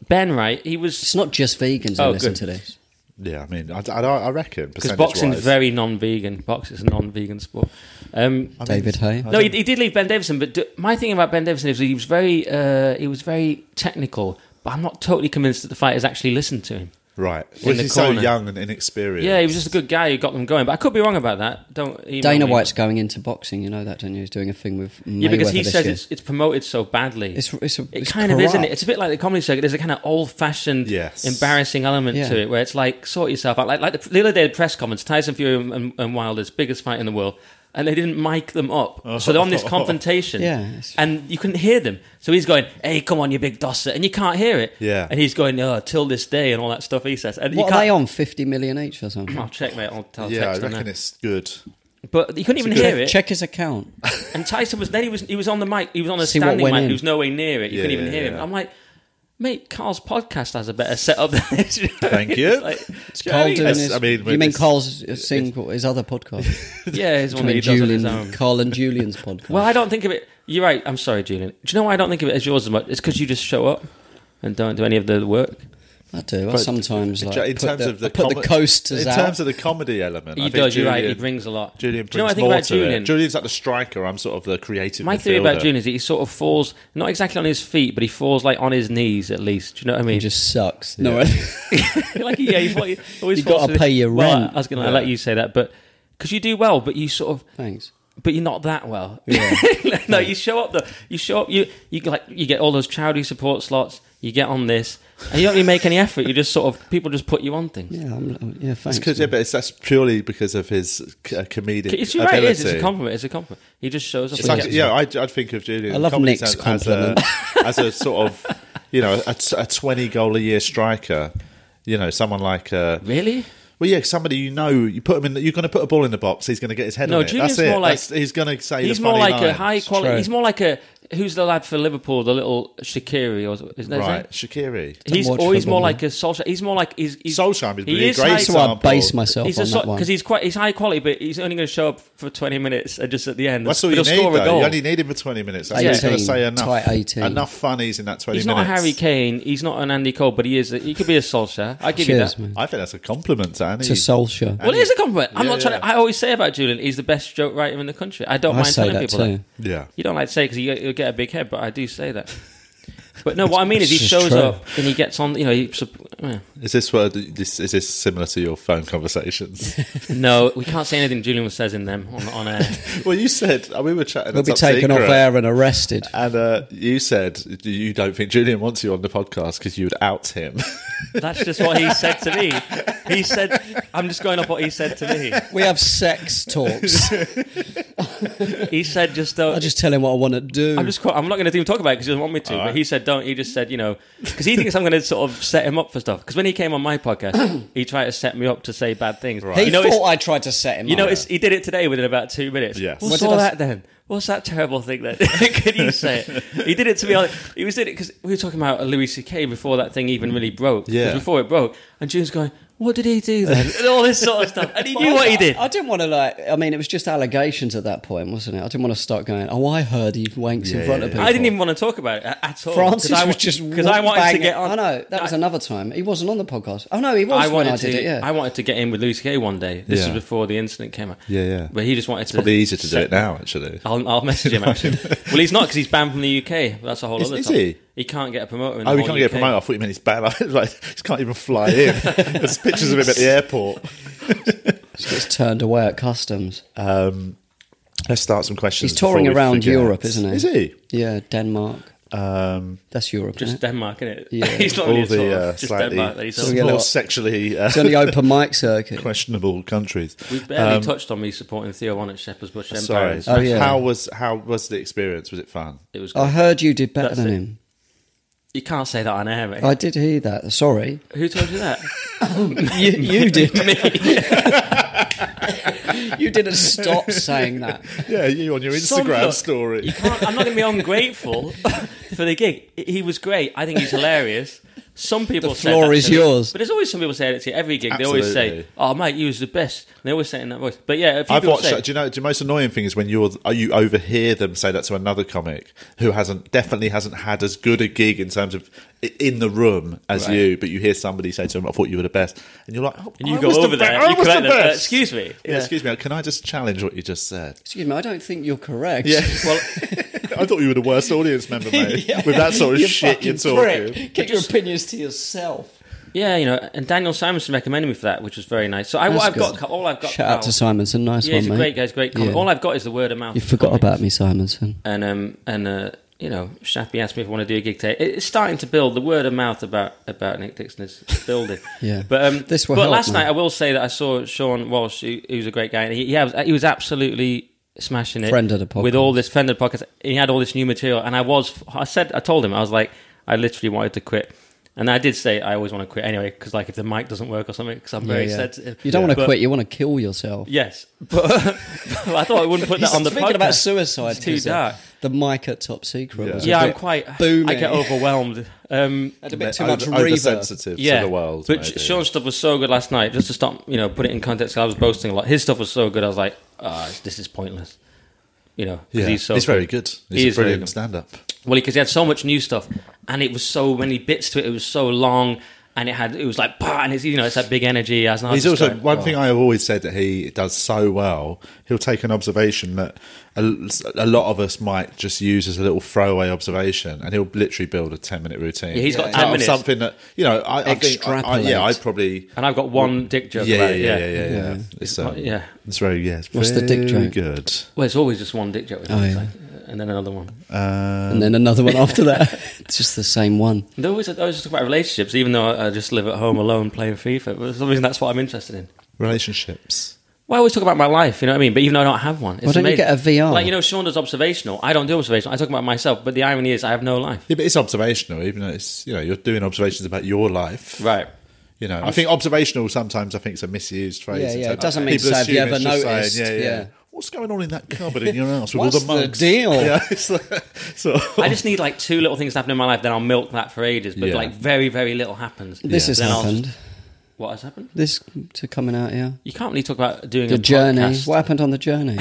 Ben, right? He was
It's not just vegans who
Oh,
listen
good.
to this.
Yeah, I mean, I, I, I reckon
because boxing's
percentage-wise.
very non-vegan. Boxing's a non-vegan sport. Um,
I mean,
David Hay.
I
no, he,
don't-
he did leave Ben Davison, but do, my thing about Ben Davison is he was very uh, he was very technical. But I'm not totally convinced that the fighters actually listened to him.
right. Well,
the
he's so
corner.
young and inexperienced.
Yeah, he was just a good guy who got them going. But I could be wrong about that. Don't email
Dana
me.
White's going into boxing. You know that, don't you? He's doing a thing with Mayweather
Yeah, because he
this
says
year.
it's, it's promoted so badly.
It's- it's a-
it
it's
kind of isn't it?
corrupt.
It's a bit like the comedy circuit. There's a kind of old-fashioned,
Yes.
embarrassing element
Yeah.
to it where it's like sort yourself out. Like, like the, the other day, the press comments: Tyson Fury and, and, Wilder's biggest fight in the world, and they didn't mic them up, so they're on this confrontation,
Oh. Yeah, it's-
and you couldn't hear them. So he's going, "Hey, come on, you big dosser," and you can't hear it.
Yeah.
and he's going, "Oh, till this day," and all that stuff he says. And you
What
can't,
are they on? Fifty million each or something?
I'll check, mate. I'll, I'll
yeah, I
text him
reckon
that.
it's good.
But you couldn't even hear it.
Check, check his account.
And Tyson was then he was he was on the mic. He was on a
See what
standing
went
mic.
in.
He was nowhere near it. You
Yeah,
couldn't even
yeah,
hear him.
yeah.
I'm like, mate, Carl's podcast has a better setup than this.
Thank you.
it's
Carl doing
Yes,
his,
I mean,
you mean
it's-
Carl's single, his other podcast?
Yeah, it's
I
one that he
mean,
does on his own.
Julian, Carl and Julian's podcast.
Well, I don't think of it. You're right. I'm sorry, Julian. Do you know why I don't think of it as yours as much? It's because you just show up and don't do any of the work.
I do. I sometimes like
in
put
terms
the,
of the
I put
comi-
the coasters
in
out.
terms of the comedy element, I
He
think
does. you're right. He
Julian-
brings a lot.
Julian brings
do you know what I think
more
about
to it.
Julian?
Julian's like the striker. I'm sort of the creative.
My theory about
midfielder.
Julian is that he sort of falls not exactly on his feet, but he falls like on his knees at least. Do you know what I mean?
it just sucks. No,
like yeah, you thought you always
You gotta
forced to-
pay your
Well,
rent.
I was going to let you say that, but because you do well, but you sort of,
thanks.
but you're not that well. no, you show up though. You show up. You you like you get all those Chowdy support slots. You get on this, and you don't really make any effort. You just sort of people just put you on things.
Yeah, I'm, I'm- yeah, thanks.
It's 'cause- yeah, but it's, that's purely because of his c- uh, comedic
It's you're
ability.
right. It is. It's a compliment. It's a compliment. He just shows up.
It's
and
like-
gets-
yeah, I, I'd think of Julian.
I love
Comedy
Nick's
Sense As a, as a sort of, you know, a, a twenty goal a year striker. You know, someone like, uh,
Really?
well, yeah, somebody you know, you put him in. The, you're going to put a ball in the box. He's going to get his head.
No,
on it.
Julian's
That's it.
more like-
That's- he's going to say.
He's
the
more
funny
like a
lines.
high quality.
true.
He's more like a who's the lad for Liverpool? The little Shakiri or isn't that his
right,
name?
Shakiri.
He's
watch
or he's
football,
more
man.
like a Solskjaer. He's more like he's, he's
Solskjaer would be a great
high-
That's why I base
example.
myself
He's
on
a
that one.
because he's quite he's high quality, but he's only going to show up for twenty minutes and just at the end.
That's all
but
you
he'll
need,
score a
though.
goal.
You only need him for 20 minutes. That's
18,
what I was going to say. Enough,
tight 18.
enough funnies in that 20
He's not a
minutes.
Harry Kane. He's not an Andy Cole, but he is. A, he could be a Solskjaer. I give
Cheers,
you that.
man.
I think that's a compliment to Annie.
To Solskjaer.
Well, it is a compliment. I'm
Yeah,
not trying.
yeah.
to... I always say about Julian, he's the best joke writer in the country. I don't
I
mind
say
telling
that
people
too.
that.
yeah.
You don't like to say because you, you'll get a big head, but I do say that. But no, what I mean is he
It's just
shows
true.
up and he gets on. You know, he, sup- eh. yeah.
Is this where this is this similar to your phone conversations?
no, we can't say anything Julian says in them on, on air.
well, you said uh, we were chatting.
They'll
at
be
Top
taken off
Secret,
air and arrested.
And uh, you said you don't think Julian wants you on the podcast because you would out him.
That's just what he said to me. He said, "I'm just going off what he said to me."
We have sex talks.
He said, "Just don't."
I just tell him what I want to do.
I'm just. Quite, I'm not going to even talk about it because he doesn't want me to. But he said, "Don't." He just said, "You know," because he thinks I'm going to sort of set him up for stuff. Because when he came on my podcast, he tried to set me up to say bad things.
he
You know,
thought
it's-
I tried to set him
you
up.
know, it's, he did it today within about two minutes.
Yes.
What's
What did
all
I
that
s-
then? What's that terrible thing then? Can you say it? He did it to me. On, he was doing it because we were talking about Louis C.K. before that thing even really broke. 'Cause
Yeah.
Before it broke, and June's going, "What did he do then?" and all this sort of stuff. And he
But
knew
I-
what he did.
I, didn't want to like. I mean, it was just allegations at that point, wasn't it? I didn't want to start going. Oh, I heard he wanks
Yeah,
in front
yeah,
of
yeah.
people.
I didn't even want to talk about it a- at all. Oh, 'cause
Francis
I, wa-
was just
because I wanted
banging-
to get on.
I know that was another time. He wasn't on the podcast. Oh no, he was
I
when
wanted
I did
to.
it. Yeah,
I wanted to get in with Lucy Gay one day. This
Yeah.
was before the incident came out.
Yeah, yeah.
But he just wanted to.
Probably easier to do
set-
it now, actually.
I'll, I'll message him actually. well, he's not because he's banned from the UK. That's a whole
Is-
other.
is
topic.
he?
He can't get a promoter. In
Oh,
the
we
whole
can't get a
UK.
promoter. I thought you meant he's bad. I was like, he can't even fly in. There's pictures of him at the airport.
Just gets turned away at customs.
Um, let's start some questions.
He's touring
before we
around
forget.
Europe, isn't he?
Is he?
Yeah, Denmark.
Um,
That's Europe.
Just
Just
Denmark, isn't it?
Yeah.
he's not
all
really a
the
tourist,
uh,
just
slightly
Denmark that he's
So we get a
more
lot-
sexually uh,
it's on the open mic circuit.
questionable countries.
We barely touched on me supporting Theo on at Shepherd's Bush Empire.
Um, Sorry.
It's
Oh, yeah.
How was how was the experience? Was it fun?
It was.
I heard you did better
That's
than
it.
him.
You can't say that on air, mate.
I did hear that. Sorry,
Who told you that?
you, you did. you didn't stop saying that.
Yeah, you on your
Some-
Instagram
look,
story.
You can't, I'm not going to be ungrateful for the gig. He was great. I think he's hilarious. Some people
The
said
floor
that
is
to me.
yours.
but there's always some people saying it to you. every gig. They always
Absolutely.
say, "Oh, mate, you was the best." And they always say it in that voice. But yeah, if
I've
people
watched.
say,
that. Do you know? The most annoying thing is when you're are you overhear them say that to another comic who hasn't definitely hasn't had as good a gig in terms of i- in the room as
Right.
you, but you hear somebody say to them, "I thought you were the best," and you're like, oh,
and you
I
go
was the be-
over there,
I
you
was the
correct them, uh,
best.
excuse me.
Yeah,
Yeah.
excuse me. Can I just challenge what you just said?
Excuse me, I don't think you're correct.
Well,
I thought you were the worst audience member, mate. With that sort of
You
shit you're
fucking
talking.
prick. Keep your opinions to yourself.
yeah, you know, and Daniel Simonson recommended me for that, which was very nice. So I,
That's
what I've
good.
got, all I've got.
Shout out to
now-
Simonson, nice
Yeah,
one,
he's a
mate.
great guy. He's a great comic.
Yeah.
All I've got is the word of mouth.
You
of
forgot
comics.
about me, Simonson.
and um and uh you know Shappy asked me if I want to do a gig today. It- It's starting to build. The word of mouth about about Nick Dixon is building.
Yeah.
but um,
This will
but
help,
last
man.
night I will say that I saw Sean Walsh, who, who's a great guy, and he, he was he was absolutely smashing it.
Friend of the podcast.
with all this friend of the podcast. He had all this new material, and I was I said I told him I was like I literally wanted to quit. And I did say I always want to quit anyway because, like, if the mic doesn't work or something, because I'm very
Yeah, yeah.
sensitive.
You don't want to
But-
quit. You want to kill yourself.
Yes, but, but I thought I wouldn't put that
He's
on the
thinking about
podcast.
suicide.
It's too
'cause, uh,
dark.
The mic at Top Secret.
Yeah.
was a
Yeah, I'm
bit
quite.
Boomy.
I get overwhelmed. Um,
Had a bit too much
Over-
reverb.
oversensitive
yeah,
to the world.
But
maybe.
Sean's stuff was so good last night. Just to stop, you know, put it in context. 'cause I was boasting a lot. His stuff was so good. I was like, ah, this is pointless. You know, 'cause
yeah.
he's so
very good. He's
He
a
is very
brilliant
good.
stand-up.
Well, because he had so much new stuff, and it was so many bits to it. It was so long, and it had it was like, bah, and it's you know, it's that big energy. As
He's also
"Oh."
one thing I have always said that he does so well. He'll take an observation that a, a lot of us might just use as a little throwaway observation, and he'll literally build a ten-minute routine.
Yeah, he's got
Out
10
of
minutes.
Something that you know, I, I think, I, I, yeah, I
Extrapolate.
probably.
And I've got one dick
Yeah,
joke
yeah,
about it.
yeah, yeah, yeah,
Yeah.
It's, um,
yeah.
it's very yeah. It's
What's the dick
very
joke?
Good.
Well, it's always just one dick joke,
Oh,
It's
yeah.
like- and then another one.
Um,
And then another one after that. It's just the same one.
They always, I always oh, talk about relationships, even though I, I just live at home alone playing FIFA. But for some reason, that's what I'm interested in.
relationships.
Well, I always talk about my life, you know what I mean? But even though I don't have one, it's
Why don't you
amazing.
get a VR?
Like, you know, Sean does observational. I don't do observational. I talk about myself, but the irony is I have no life.
Yeah, but it's observational. Even though it's you know you're doing observations about your life,
Right.
You know, i think observational sometimes I think is a misused phrase.
Yeah,
in
yeah,
terms
it doesn't
of-
mean
people
to say, "Have you
assume
ever
it's just
noticed?"
yeah, yeah.
Yeah.
what's going on in that cupboard in your house with all
What's
the
the
mugs?
deal?
Yeah, it's like, so
I just need like two little things to happen in my life, then I'll milk that for ages. But
Yeah.
like very, very little happens.
This
Yeah.
has
Then I'll
happened.
just- What has happened?
This to coming out here.
You can't really talk about doing
The
a
journey.
podcast.
What happened on the journey?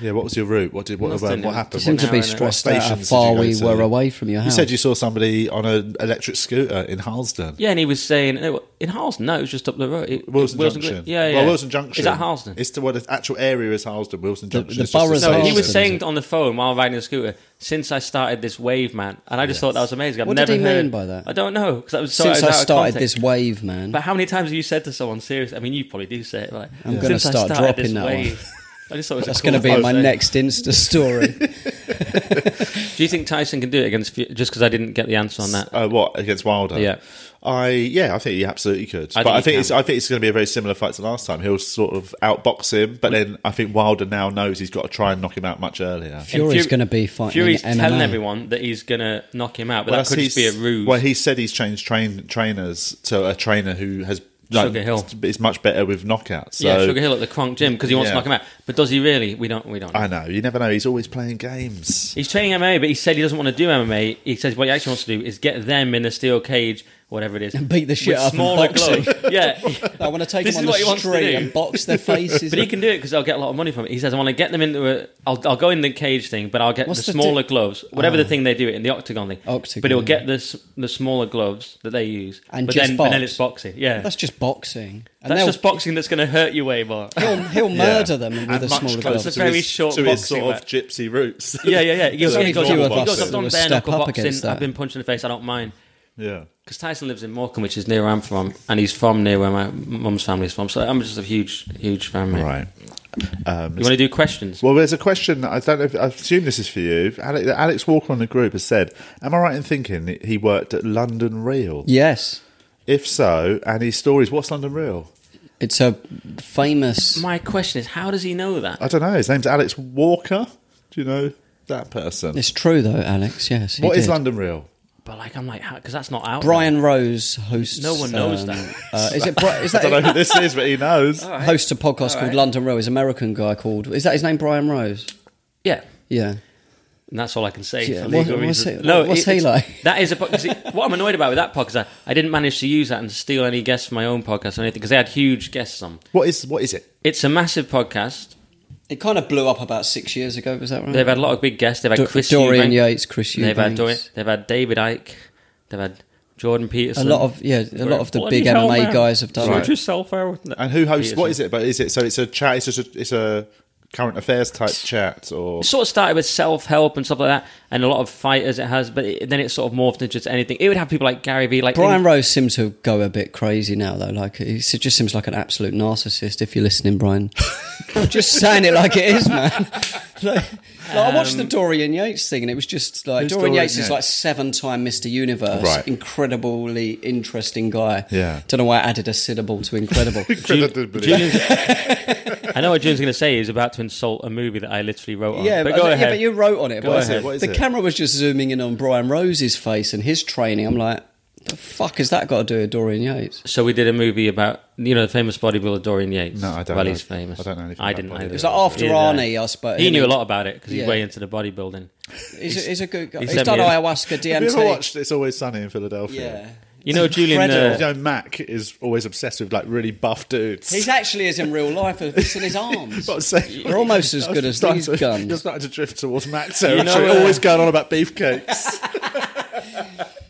yeah, what was your route? What did what,
Must
about,
have
what
been-
happened?
just
Seem
What-
to
seemed hour
be
and a-
stressed
what
out how
stations did
far
you go
we
to?
were away from your
You
house.
said you saw somebody on an electric scooter in Harlesden.
Yeah, and he was saying no, in Harleston. No, it was just up the road. It-
Wilson,
Glen-
Junction.
Yeah, yeah.
Well, Wilson Junction.
Is that Harleston?
It's the, well, the actual area is Harlesden. Wilson Junction.
the
is just a
borough's
No, he
station.
was
Harlesden,
saying on the phone while riding the scooter, since I started this wave, man, and I just thought that was amazing. I've
What did
never
he mean
heard-
by that?
I don't know because that was so
Since
out
I
of
started
context.
this wave, man.
But how many times have you said to someone, seriously? I mean, you probably do say it. Like,
I'm
since
gonna
I
start
started
dropping
this
that
wave. I just thought it was a
That's
cool
going to be
thing
my
say.
next Insta story.
Do you think Tyson can do it against Fu- just because I didn't get the answer on that?
Uh, what against Wilder?
Yeah.
I yeah, I think he absolutely could. but
I think
I
he
think it's,
can.
I think it's going to be a very similar fight to last time. He'll sort of outbox him, but then I think Wilder now knows he's got to try and knock him out much earlier.
Fury's
Fury-
going to be fighting
Fury's
in MMA.
telling everyone that he's going to knock him out, but that
Well,
could
that's-
just be a
he's-
ruse.
Well, he said he's changed train trainers to a trainer who has
Sugar Hill.
is much better with knockouts. So
yeah, Sugar Hill at the Kronk gym because he wants
Yeah.
to knock him out. But does he really? We don't. We don't. know.
I know you never know. He's always playing games.
He's training MMA, but he said he doesn't want to do MMA. He says what he actually wants to do is get them in a steel cage, whatever it is, and
beat the shit
with
out of them
smaller
boxing.
gloves. Yeah,
I want to take
This
them
is
on
what he
the
wants to
street
do.
and box their faces.
but he can do it because I'll get a lot of money from it. He says I want to get them into a. I'll, I'll go in the cage thing, but I'll get
What's
the
the
smaller
di- Oh.
gloves, whatever the thing they do in the octagon thing.
Octagon,
but he'll
yeah.
get the s- the smaller gloves that they use,
And
but
just
then but then
box.
it's boxing. Yeah,
That's
that's,
just boxing. And they'll-
just boxing that's going to hurt you way more.
He'll, he'll murder them with
And
a
much
smaller
closer
glove.
It's a
to
very
his-
short
to his
boxing
sort of
match.
gypsy roots.
Yeah, yeah, yeah. He
There's
goes, he
only
goes,
few
he
of us
goes I've
that
done
would
bare
step
knuckle
up
boxing.
against that.
I've been punched in the face. I don't mind.
yeah.
Because Tyson lives in Morecambe, which is near where I'm from, and he's from near where my mum's family is from. So I'm just a huge, huge fan. Mate.
Right. Um,
You want to do questions?
Well, there's a question. that I don't know. If, I assume this is for you. Alex, Alex Walker on the group has said, "Am I right in thinking that he worked at London Real?
Yes.
If so, and his stories. What's London Real?
It's a famous.
My question is, how does he know that?
Uh,
I don't know. His name's Alex Walker. Do you know that person?
It's true, though, Alex. Yes. he
What is
did.
London Real?
But like, I'm like, because that's not out.
Brian Rose hosts.
No one knows that.
Uh, is it? Bri- Is
I
that
don't know who this is, but he knows.
hosts a podcast
All
called
right.
London Row? Is American guy called? Is that his name? Brian Rose.
Yeah.
Yeah.
And that's all I can say
Yeah,
for
what-
legal
what's
reasons.
he- what's he
it's-
like?
That is a po- 'cause it- what I'm annoyed about with that podcast. I, I didn't manage to use that and steal any guests from my own podcast or anything because they had huge guests on.
What is what is it?
It's a massive podcast.
It kind of blew up about six years ago. Was that right?
They've had a lot of big guests. They've had
Do-
Chris
Dorian
Eubank.
Yates, Chris
They've had
Eubanks.
Dorian. They've had David Ike. They've had Jordan
a
Peterson.
lot of yeah, a lot of the big MMA guys have done it.
yourself out.
And who hosts? What is it? But is it? So it's a chat. It's just a, it's a current affairs type chat, or
Sort of started with self help and stuff like that, and a lot of fighters it has, but it, then it sort of morphed into just anything. It would have people like Gary Vee, like
Brian
in-
Rose seems to go a bit crazy now, though. Like he s- just seems like an absolute narcissist. If you're listening, Brian, I'm just saying it like it is, man. Like, like, I watched the Dorian Yates thing, and it was just like
Who's
Dorian,
Dorian
Yates
Yates?
is like seven-time Mr. Universe,
Right.
incredibly interesting guy.
Yeah.
don't know why I added a syllable to incredible.
Ju- Julian's- I know what Julian's going to say. He's about to insult a movie that I literally wrote on.
Yeah,
but,
but,
go
yeah,
ahead.
but you wrote on it.
Go
but
ahead.
What is
the
it?
camera was just zooming in on Brian Rose's face and his training. I'm like, the fuck has that got to do with Dorian Yates?
so we did a movie about you know the famous bodybuilder Dorian Yates.
No, I don't
Well,
know.
he's famous.
I don't know anything
I
about
didn't
bodybuilding.
either.
It was
like after
He did,
Arnie, I suppose.
He knew a lot about it because he's
Yeah.
way into the bodybuilding.
He's, he's, a good guy.
he
He's,
sent
done
me a-
ayahuasca, DMT.
Have you ever watched It's Always Sunny in
Yeah.
Philadelphia?
You know, Julian.
incredible.
Uh,
You know, Mac is always obsessed with like really buff dudes.
He's actually is in real life. It's in his arms.
But I'm saying-
They're almost as
I'm
good as
starting
these
to-
guns.
You're starting to drift towards Mac
know,
territory.
uh,
always going on about beefcakes.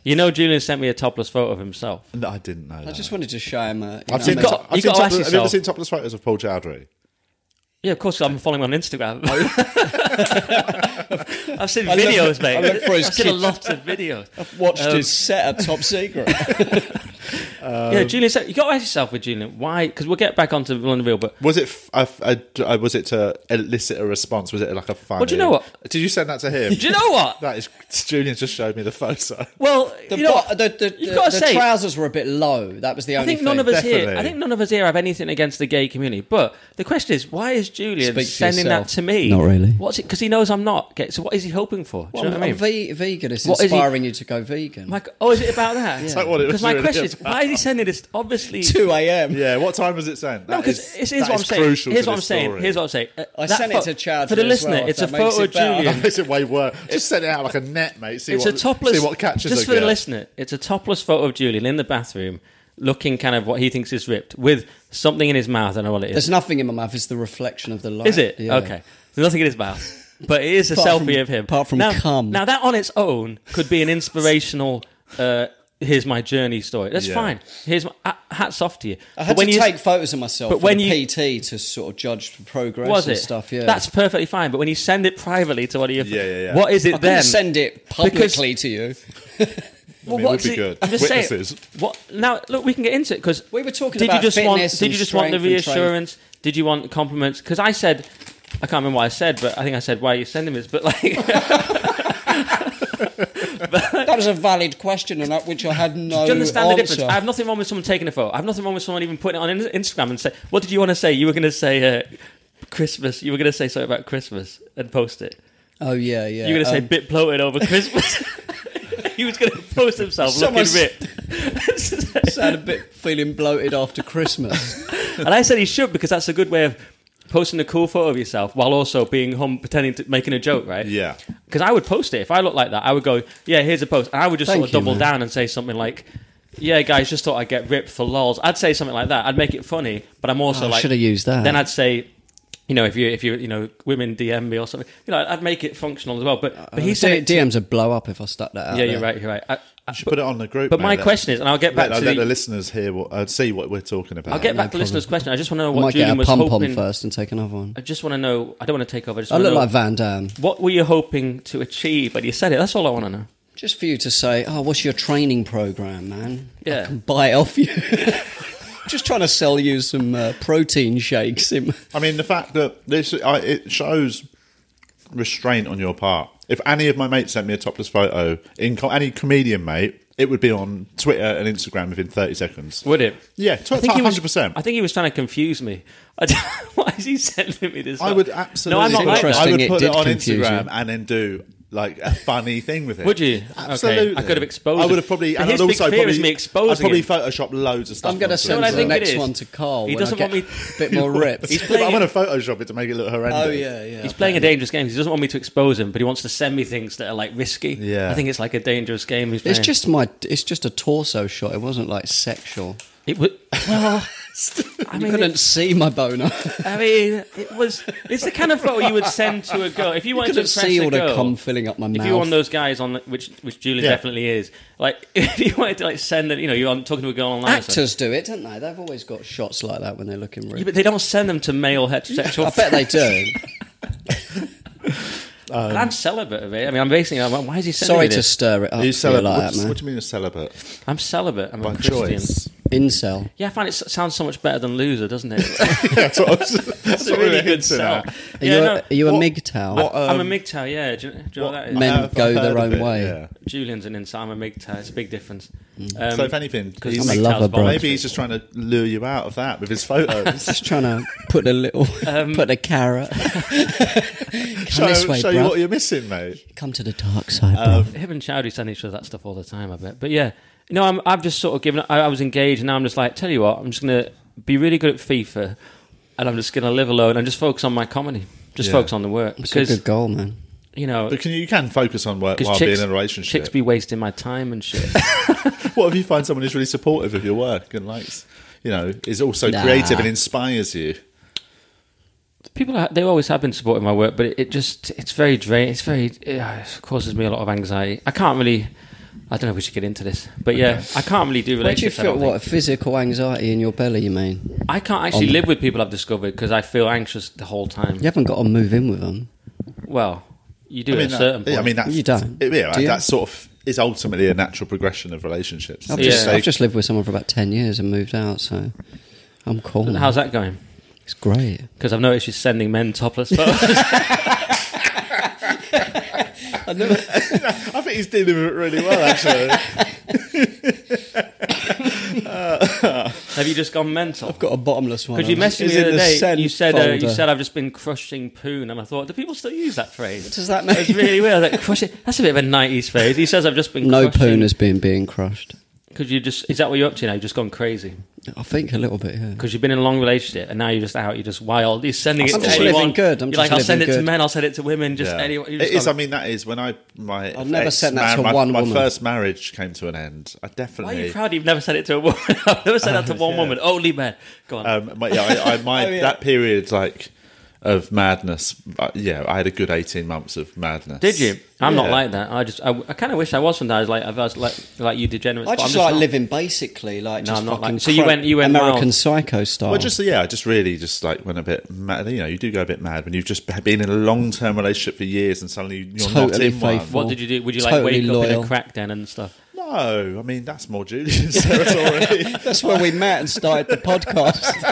you know, Julian sent me a topless photo of himself.
no, I didn't know.
I
That.
just wanted to show him. A, you know,
I've seen,
amazing-
got-
I've
you've
seen
got to ask
topless, have you ever
yourself.
seen topless photos of Paul Chowdhury?
Yeah, of course. I'm following him on Instagram. I've seen
look-
videos,
I
mate.
look for his
I've seen a
kids.
lot of videos.
watched
Um,
his set of Top Secret.
yeah, Julian. said- You got to ask yourself with Julian why? Because we'll get back onto London Real, but
Was it f- a f- a- a- was it to elicit a response? Was it like a funny?
Well, do you know what?
Did you send that to him?
do you know what?
that is Julian just showed me the photo.
Well,
The,
you know,
bo-
what?
the, the,
you've
the,
got to
the
say,
trousers were a bit low. That was the only
I think
thing.
none of us here. I
Definitely.
think none of us here have anything against the gay community. But the question is, why is Julian
Speak for
sending that
yourself.
to me?
Not really.
What's it? Because he knows I'm not gay. So what is he hoping for? Do you know what I mean?
ve- vegan. It's
What is he-
inspiring you to go vegan.
Like, oh, is it about that?
that what it was
Because my
really
question is,
about?
why is he they sending this? Obviously,
2 a.m.
Yeah, what time was it sent?
No,
That
because
is-
here's
that
what I'm
is
saying.
crucial
Here's
to
what I'm
this
saying.
story.
Here's what I'm saying. Uh,
I
that
sent it
pho-
to Chad
for the
as well,
listener.
if
it's a
that makes
photo
it
of
better.
Julian.
Makes it way worse. Just send it out like a net, mate. See
it's
what
a topless.
see what catches.
just
I
for
get.
the listener, it's a topless photo of Julian in the bathroom, looking kind of what he thinks is ripped, with something in his mouth. I don't know what it is.
There's nothing in my mouth. It's the reflection of the light.
Is it?
Yeah.
Okay. There's nothing in his mouth. But it is a
Apart
selfie
from-
of him.
apart from
now,
cum.
Now, that on its own could be an inspirational, uh, here's my journey story. That's
Yeah.
fine. Here's my, uh, hats off to you.
I had
But when
to
you-
take photos of myself
but
but
when
when the
you-
PT to sort of judge for progress
was
and
it?
stuff. Yeah,
That's perfectly fine. But when you send it privately to one of your
Yeah, yeah, yeah.
what is it
I
then?
couldn't send it publicly to you.
I
well,
mean, it would
what's
be good.
I'm just
Witnesses.
saying. What now? Look, we can get into it because
We were talking
Did
about
you just want?
fitness
Did
and
you just want the
strength and training.
reassurance? Did you want compliments? Because I said, I can't remember what I said, but I think I said, "Why are you sending this?" But like,
Oh, That was a valid question, and at which I had no
Do you understand
answer.
the difference? I have nothing wrong with someone taking a photo. I have nothing wrong with someone even putting it on in- Instagram and say, "What did you want to say?" You were going to say uh, Christmas. You were going to say something about Christmas and post it.
oh yeah, yeah.
You were going to say
Um,
bit bloated over Christmas. he was going to post himself looking
Someone's-
ripped.
sound a bit feeling bloated after Christmas.
and I said he should because that's a good way of posting a cool photo of yourself while also being home pretending to making a joke, right?
Yeah.
Because I would post it if I looked like that. I would go, yeah, here's a post, and I would just
Thank
sort of
you,
double
man.
down and say something like. Yeah, guys, just thought I'd get ripped for lols. I'd say something like that. I'd make it funny, but I'm also
Oh, I
like
shoulda used that.
Then I'd say, you know, if you if you you know women DM me or something, you know, I'd make it functional as well. But
Uh,
but he said, it to-
DMs would blow up if I stuck that out.
yeah,
there.
you're right, you're right. I, I,
You should put it on the group.
but
mate,
my
let-
question is, and I'll get back
Let, let
to
the,
the,
listeners hear what uh, see what we're talking about.
I'll get
no
back to the listener's question. I just want to know
I
what
might
Julian
get a
was
pump
hoping.
on first and take another one.
I just want to know. I don't want to take over. I just
I
want to
look
know
like Van Damme.
what were you hoping to achieve when you said it? That's all I want to know.
Just for you to say, oh, what's your training program, man?
Yeah.
I can buy it off you. Just trying to sell you some uh, protein shakes. In
I mean, the fact that this I, it shows restraint on your part. If any of my mates sent me a topless photo, in co- any comedian mate, it would be on Twitter and Instagram within thirty seconds.
Would it?
Yeah, t-
he was-
100%.
I think he was trying to confuse me. I don't, why is he sending me this?
I
stuff?
would absolutely.
No, I'm not like that.
I
Interesting,
would
it
put it,
did
on
confuse you.
Instagram and then do like a funny thing with it.
Would you?
Absolutely.
Okay, I could have exposed
I would
it.
have probably.
But
And
his
I'd
big
also
fear
probably.
is me exposing
I'd probably
it.
Photoshop loads of stuff.
I'm going to
onto
send
what I
it.
the
think it
next
is?
one to Carl.
He
when I
doesn't want
get
me-
a bit more ripped.
He's
But I'm
playing-
going to Photoshop it to make it look horrendous.
oh yeah, yeah.
He's playing a dangerous game. 'cause He doesn't want me to expose him, but he wants to send me things that are like risky.
Yeah.
I think it's like a dangerous game. He's
It's
playing.
just my. It's just a torso shot. It wasn't like sexual.
It would. Well, I
You
mean,
couldn't
it,
see my boner.
I mean, it was. It's the kind of photo you would send to a girl if you wanted to
couldn't
impress
see
a
all the
girl.
cum filling up my
if
mouth.
you're one of those guys on the, which which Julian
Yeah.
definitely is, like if you wanted to like send them, you know, you're on, talking to a girl online, or something.
Actors do it, don't they? They've always got shots like that when they're looking
Yeah,
rude.
but they don't send them to male heterosexual.
I bet they do.
And I'm celibate of it. I mean, I'm basically. I'm, like, why is he sending
Sorry
me
to
this?
stir it up.
Are you
for you
celibate?
like
what,
that, man.
what do you mean a celibate?
I'm celibate. I'm
By
a Christian.
choice.
Incel.
Yeah, I find it s- sounds so much better than loser, doesn't it?
that's what I was, that's
it's
what
a
we were
really good
hinting
sell.
at.
Are you, a,
no,
are you a
what-
MGTOW?
what-
I'm a
um,
MGTOW, yeah. Do you, do you know what that is?
Men
I've
go
heard of
their own
it,
way.
yeah.
Julian's an incel, I'm a MGTOW. It's a big difference. Um,
So if anything,
'cause
he's-
I'm a
MGTOW's
lover, bro.
voluntary.
Maybe he's just trying to lure you out of that with his photos.
Just trying to put a little, put a carrot. Come
show
this way,
show
bro.
you what you're missing, mate.
Come to the dark side, bro.
Him and Chowdhury send each other that stuff all the time, I bet. But yeah, you know, I'm, I've just sort of given. up. I, I was engaged, and now I'm just like, tell you what, I'm just gonna be really good at FIFA, and I'm just gonna live alone and just focus on my comedy, just
Yeah.
focus on the work
It's a
because
good goal, man.
you know,
But can you, you can focus on work
because
while
chicks,
being in a relationship.
chicks be wasting my time and shit.
What if you find someone who's really supportive of your work and likes, you know, is also
Nah.
creative and inspires you?
People, are, they always have been supporting my work, but it, it just, it's very drain. It's very, it uh, causes me a lot of anxiety. I can't really. I don't know if we should get into this, but yeah, I can't really do
Where do you
relationships. I
feel
don't
what physical anxiety in your belly? You mean
think. I can't actually
on-
live with people I've discovered because I feel anxious the whole time.
you haven't got to move in with them?
Well, you do
I
at
mean,
a certain
that,
point.
I mean, that's,
You don't,
it- yeah,
do you?
that sort of is ultimately a natural progression of relationships.
I've,
Yeah.
just,
They-
I've just lived with someone for about ten years and moved out, so I'm cool. man.
How's that going?
It's great.
Because I've noticed she's sending men topless photos.
I think he's dealing with it really well, actually.
Have you just gone mental?
I've got a bottomless one.
Because you messaged me
It's
the
in
other day,
send
you said uh, you
folder.
said I've just been crushing poon, and I thought, do people still use that phrase?
Does that
That was
mean
really weird. I was like, crushing. That's a bit of a '90s phrase. He says I've just been
no
crushing.
poon has been being crushed?
Because you just is that what you're up to now? You've just gone crazy
I think a little bit. Yeah.
because you've been in a long relationship and now you're just out. You're just wild. You're sending it
I'm
to
just
anyone.
living good, I'm
you're
just
like, I'll
living
send it to
good.
men. I'll send it to women. Just anyone.
It
You've just
is. I
gone,
mean, that is when I my
I've never
ex-
sent that to
my,
one
my
woman.
first marriage came to an end. I
Why are
definitely
you proud you've never said it to a woman? I've never said that to one
yeah.
woman. Only men. Go on.
Um, my, yeah, I, I, my
Oh, yeah.
that period like of madness. uh, yeah, I had a good eighteen months of madness.
Did you? I'm
Yeah.
not like that. I just, I, I kind of wish I was sometimes. Like, I've was like, like you degenerates.
I
but I'm
just, like
not.
living basically like
No,
just
I'm not
fucking
like- so you
cro-
went- you went
American
wild.
Psycho style.
Oh.
Well, just yeah, I just really just like went a bit mad. You know, you do go a bit mad when you've just been in a long term relationship for years and suddenly you're not
Totally
in one.
faithful.
What did you do? Would you like
Totally
wake up in
loyal.
a crack den and stuff?
No, I mean that's more Julian's territory.
That's where we met and started the podcast.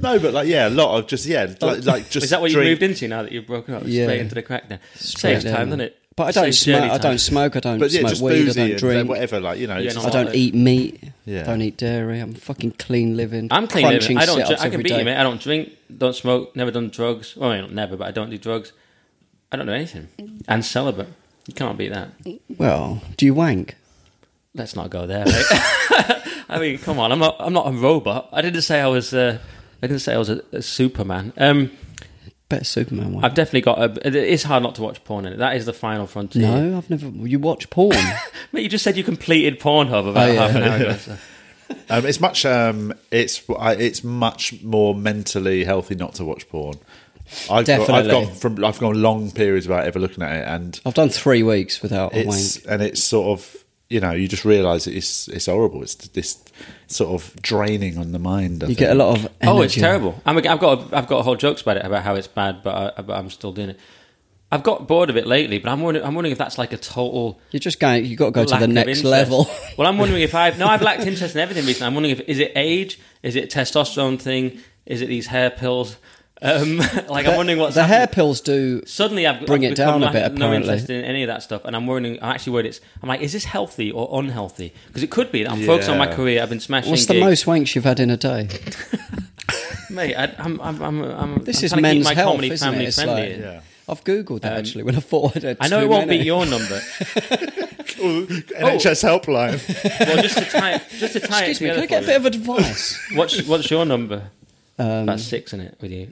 no, but like yeah, a lot of just yeah, like, like just
Oh. Is that what you
drink-
moved into now that you've broken up?
Yeah.
Straight into the crack den. Saves
Yeah.
time, doesn't it?
But I don't
Saves
smoke.
journey
I
time.
don't smoke. I don't
But yeah,
smoke
just
weed. I
boozy
don't
and
drink.
whatever. Like you know,
Yeah,
it's
no,
just
I
like-
don't eat meat.
Yeah.
Don't eat dairy. I'm fucking clean living.
I'm clean. living.
Crunching
I don't.
sit-ups
Dr- I can
every
beat
day.
you, mate. I don't drink. Don't smoke. Never done drugs. Well, I mean, never, but I don't do drugs. I don't do anything. And celibate. You can't beat that.
Well, do you wank?
Let's not go there. Mate. I mean, come on. I'm not. I'm not a robot. I didn't say I was. Uh, I didn't say I was a, a Superman. Um,
Bet Superman wank.
I've definitely got. A, it is hard not to watch porn in it. That is the final frontier.
no, I've never. You watch porn?
Mate, you just said you completed Pornhub about
Oh, yeah.
half an hour ago. so-
Um, it's much. Um, it's I- it's much more mentally healthy not to watch porn. I've got, I've
Definitely.
gone from I've gone long periods without ever looking at it, and
I've done three weeks without a wank.
it's and it's sort of you know you just realise it's it's horrible. It's this sort of draining on the mind. I
You get a
think.
lot of. Energy.
Oh, it's terrible. I'm, I've got a, I've got whole jokes about it about how it's bad, but, I, but I'm still doing it. I've got bored of it lately, but I'm wondering, I'm wondering if that's like a total
You're just going. You got to go to
lack
the
of
next
interest.
level.
well, I'm wondering if I've no, I've lacked interest in everything recently. I'm wondering if is it age, is it testosterone thing, is it these hair pills? Um, like I'm wondering what's
the
happened.
hair pills do.
Suddenly, I've
Bring
I've
it
become,
down a
like,
bit,
No
apparently.
interest in any of that stuff, and I'm worrying. I'm actually worried. It's I'm like, is this healthy or unhealthy? Because it could be. that I'm focused on my
Yeah.
career. I've been smashing.
What's the
gigs.
most wanks you've had in a day?
Mate, I, I'm, I'm, I'm, I'm.
This
I'm
is
trying to keep
men's
my
health,
comedy
isn't
family
it? It's
friendly. Um,
like-
Yeah.
I've googled that actually when I thought I'd had
I know
too
it won't
many.
beat your number. Oh.
NHS helpline.
well, just to tie it, just to tie
Excuse
it
me,
together.
can I get a
for
bit of Um,
you.
advice?
What's what's your number? That's six in it with you,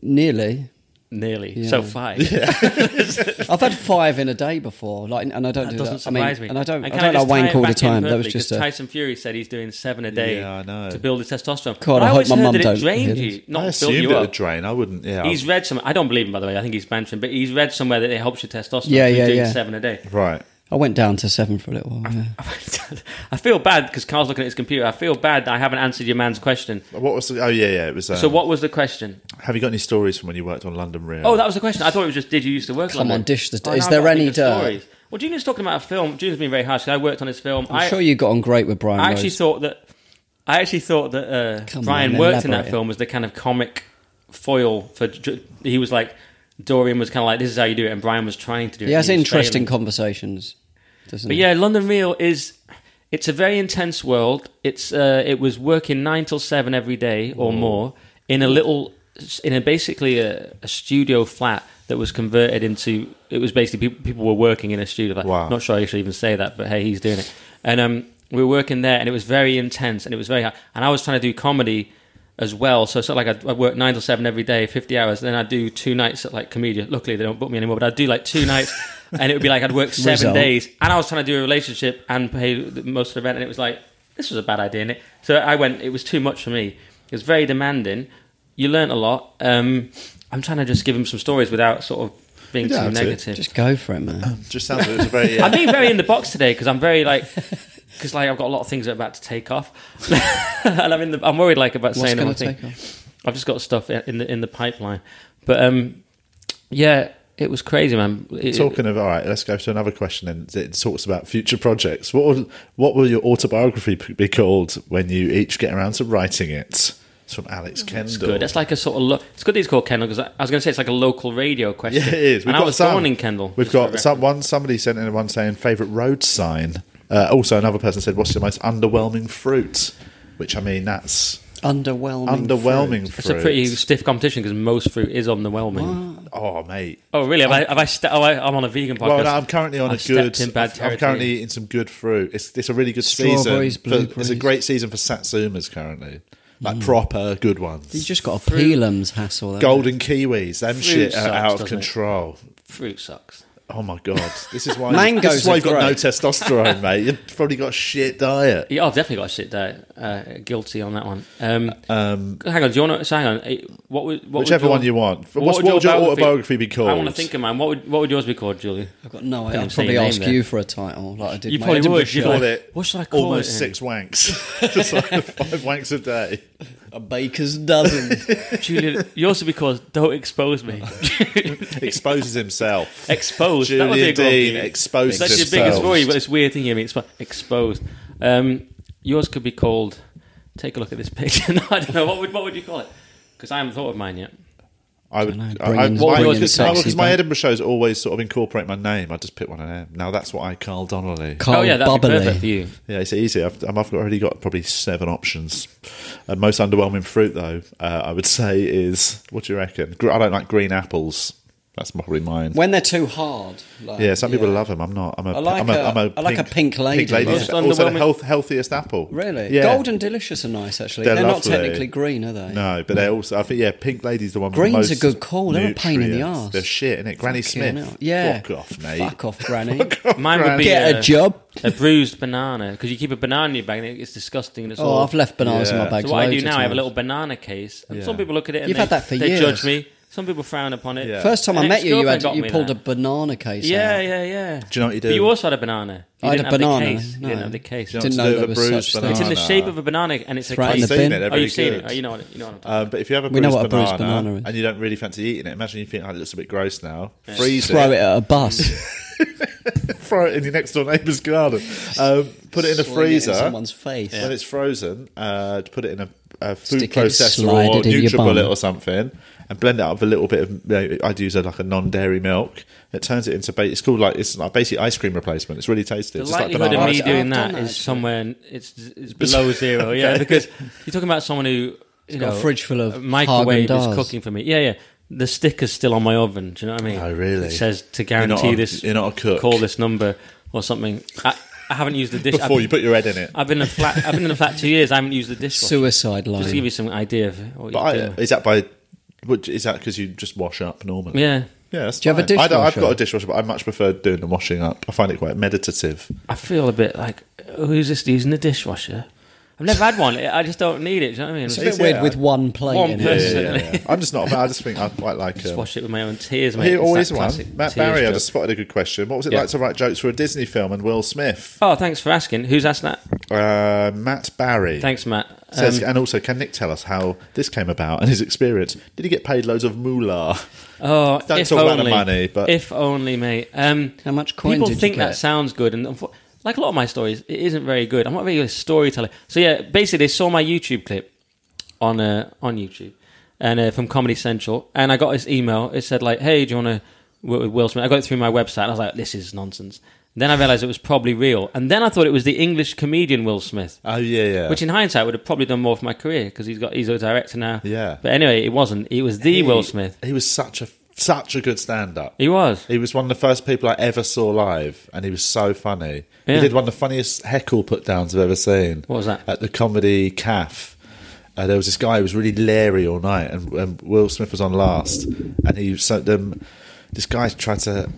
Nearly.
nearly.
Yeah.
So five.
I've had five in a day before, like, and I don't
That
do
doesn't
that.
surprise
I mean,
me.
and I don't, I
can
don't
just
like
tie
wank
it
all the
back in
time. That was
perfectly?
just
'Cause
a,
Tyson Fury said he's doing seven a day.
Yeah, I know.
To build his testosterone.
God, I hope
always
my
heard
mum
that
don't
it drained
hear this.
you,
I
not built
assumed it
you
would
up.
drain. I wouldn't. Yeah,
He's read some. I don't believe him, by the way. I think he's bantering, but he's read somewhere that it helps your testosterone.
Yeah,
so he's
yeah,
doing
yeah.
Seven a day.
right.
I went down to seven for a little while. Yeah.
I feel bad because Carl's looking at his computer. I feel bad that I haven't answered your man's question.
What was? The, oh yeah, yeah. It was. Um,
So, what was the question?
Have you got any stories from when you worked on London Real?
Oh, that was the question. I thought it was just did you used to work?
Come
on
on,
it?
dish the-
Oh,
is
now I've
there
got to
any uh,
think of
dirt?
stories. Well, Julian's talking about a film. Julian's been very harsh. 'cause I worked on his film.
I'm
I-
sure you got on great with Brian.
I actually
Rhodes.
thought that I actually thought that uh,
Come
Brian
on,
worked in
elaborate.
that film as the kind of comic foil for. Ju- He was like Dorian was kind of like this is how you do it, and Brian was trying to do it.
he has
and was
interesting
failing.
conversations, doesn't
But
he?
yeah, London Real is. It's a very intense world. It's uh, it was working nine till seven every day or more in a little in a basically a, a studio flat that was converted into. It was basically people, people were working in a studio. Like,
Wow.
Not sure I should even say that, but hey, he's doing it. And um, we were working there, and it was very intense, and it was very. Hard. And I was trying to do comedy as well. So it's not like I'd, I'd work nine till seven every day, 50 hours. Then I'd do two nights at like Comedia. Luckily, they don't book me anymore, but I'd do like two nights and it would be like I'd work seven
Result.
days. And I was trying to do a relationship and pay the- most of the rent. And it was like, this was a bad idea, innit? So I went, it was too much for me. It was very demanding. You learnt a lot. Um, I'm trying to just give him some stories without sort of being
You don't
too
have to.
negative.
Just go for it, man.
just sounds like it was a very.
I'm
Yeah.
being very in the box today because I'm very like because like I've got a lot of things that are about to take off, and I'm in the, I'm worried like about
What's
saying the
going
wrong
to
thing.
take off?
I've just got stuff in the in the pipeline, but um, yeah, it was crazy, man. It-
Talking of all right, let's go to another question. Then it talks about future projects. What will, what will your autobiography p- be called when you each get around to writing it? It's from Alex Kendall.
It's good. That's like a sort of lo- it's good that he's called Kendall because I, I was going to say it's like a local radio question.
yeah, it is.
and I was born in Kendall.
We've
just for
got
reference.
some, one. Somebody sent in one saying favorite road sign. Uh, also, another person said, "What's your most underwhelming fruit?" Which I mean, that's
Underwhelming.
underwhelming. Fruit.
It's a pretty stiff competition because most fruit is underwhelming.
Oh, mate.
Oh, really? Have I? Have I sta oh, I, I'm on a vegan podcast.
Well, no, I'm currently on
I
a good.
stepped in bad
I'm
territory.
currently eating some good fruit. It's it's a really good
Strawberries,
season. for- it's
blueberries.
a great season for satsumas currently, like proper good
You
ones.
just got to peel them's hassle. haven't you?
Golden kiwis, them shit
sucks,
are out of
doesn't it?
control.
Fruit sucks.
Oh my god, this is why
Mangoes
this is why
are
you've got no
great.
testosterone, mate. You've probably got a shit diet.
Yeah, I've definitely got to sit there. Uh, guilty on that one. Um, hang on. Do you want to? So hang on. eh, What would what
Whichever
would your-
one you want. What's-
your
what would your autobiography be
I want to
called?
think of mine. What would what would yours be called, Julie?
I've got no
Think
idea.
I'm
I'd
saying
probably
your name
ask
there.
you for a title, like I did.
You
my
probably
Edinburgh
would, you'd
show.
like-
Call it
what should I call
almost
it?
six wanks. Just like five wanks a day.
a baker's dozen.
Julian, yours would be called "Don't Expose Me."
Exposes himself.
exposed. that would be a
Julian
good
Dean
one.
exposes
That's
himself.
your biggest worry, but it's weird thing you mean. It's exposed. Um, yours could be called. Take a look at this picture. no, I don't know. What would what would you call it? Because I haven't thought of mine yet.
I would.
Dunno,
I,
bring
I,
in-
why-
bring in
because
sexy
oh, because my
back.
Edinburgh shows always sort of incorporate my name. I just pick one of them. Now that's what I Carl Donnelly.
oh
Carl
yeah, that'd be perfect for
Bobberly.
you.
yeah, it's easy. I've, um, I've already got probably seven options. Uh, most underwhelming fruit, though, uh, I would say is what do you reckon? Gr- I don't like green apples. That's probably mine.
When they're too hard. Like,
yeah, some people love them. I'm not. I'm a.
I like
am a,
a-
I'm a
I like a pink lady.
Pink lady.
Most
Also, the
underwhelming-
health, healthiest apple.
Really?
Yeah.
Gold and delicious are nice, actually.
They're
They're,
lovely.
not technically green, are they?
No, but they're also. I think yeah, pink lady's the one.
Green's
with the
a
most
good call. They're a pain in the
nutrients.
arse.
They're shit, innit? Granny
Fucking
Smith.
hell. Yeah.
Fuck off, mate.
Fuck off, Granny.
Mine would be
Get
uh,
a job.
a bruised banana because you keep a banana in your bag and it's disgusting and it's
Oh,
all.
I've left bananas in
Yeah.
my bag.
so what I do
loads of
now, I have a
times.
little banana case, and
Yeah.
some people look at it and
You've
they,
had that for
they
years.
judge me. Some people frown upon it.
Yeah.
First time I
An
met you, you, had,
ex-girlfriend got
you
me
pulled
that.
a banana case.
Yeah,
out.
yeah, yeah.
Do you know what you do?
But you also had a banana. You
I had
didn't
a
have
banana,
The case. You didn't
no.
have the case.
You
Didn't
know
know
what to do
there
with
was
a bruised
such thing.
banana?
It's in the
Banana.
shape of a banana, and it's a
Right in
I've
case.
the
seen
bin.
it. They're
oh,
very
you've seen
good.
it. Oh, you know what? You know what I'm talking.
Um, but if you have a
We
bruised
know what a
banana,
bruised banana is.
and you don't really fancy eating it, imagine you think oh, it looks a bit gross now.
Just
Freeze
Throw
it,
it at a bus.
throw it in your next door neighbour's garden. Um, put it in a
Sling
freezer.
It in someone's face.
When it's frozen, uh, to put it in a, a food
Stick it,
processor
slide
or
it in your bum.
NutriBullet or something, and blend it up with a little bit of. You know, I'd use a, like a non-dairy milk. It turns it into. Ba- it's called like it's like basically ice cream replacement. It's really tasty.
The
It's just like
likelihood of
banana.
I've-
me
I've done
doing that
that,
is
actually.
somewhere in- it's it's below zero. Yeah, because you're talking about someone who you
got a
know
fridge full of
microwave is
Häagen-Dazs.
cooking for me. Yeah, yeah. The sticker's still on my oven. Do you know what I mean?
Oh, really?
It says to
You're not
guarantee
a-
this.
you're not a cook.
Call this number or something. I, I haven't used the dish
before
I've,
you put your head in it.
I've been in a flat. I've been in a flat two years. I haven't used the dishwasher.
Suicide line.
Just to give you some idea of what
But I,
you do.
is that by? what- Is that because you just wash up normally?
yeah,
Yeah, that's
Do you have a
fine. I don't- I've
dishwasher?
got a dishwasher, but I much prefer doing the washing up. I find it quite meditative.
I feel a bit like "Oh, who's just using the dishwasher? I've never had one. I just don't need it. Do you know what I mean?
It's a bit weird
Yeah.
with one plate
One
in
Yeah,
plate.
it.
yeah, yeah, yeah. I'm just not. I just think I quite like.
Just
Um,
wash it with my own tears, mate.
here
It's
always
that
one.
classic
Matt
tears
Barry, I
joke.
just spotted a good question. What was it
Yeah.
like to write jokes for a Disney film and Will Smith?
Oh, thanks for asking. Who's asked that?
Uh, Matt Barry.
Thanks, Matt.
Says,
Um,
and also, can Nick tell us how this came about and his experience? Did he get paid loads of moolah?
oh,
don't
if
talk
only,
about the money, but-
if only, mate. Um,
How much coin
people
did you
think that
get?
sounds good, and unfo- like a lot of my stories, it isn't very good. I'm not really a storyteller. So yeah, basically, they saw my YouTube clip on uh, on YouTube and uh, from Comedy Central, and I got this email. It said like, "Hey, do you want to work with Will Smith?" I got it through my website. And I was like, "This is nonsense." Then I realized it was probably real, and then I thought it was the English comedian Will Smith.
Oh yeah, yeah.
Which in hindsight would have probably done more for my career because he's got he's a director now.
Yeah.
But anyway, it wasn't. It was the
He-
Will Smith.
He was such a such a good stand-up.
He was.
He was one of the first people I ever saw live, and he was so funny. He
Yeah.
did one of the funniest heckle put downs I've ever seen.
What was that?
At the comedy calf. Uh, there was this guy who was really leery all night, and, and Will Smith was on last. And he sent them. This guy tried to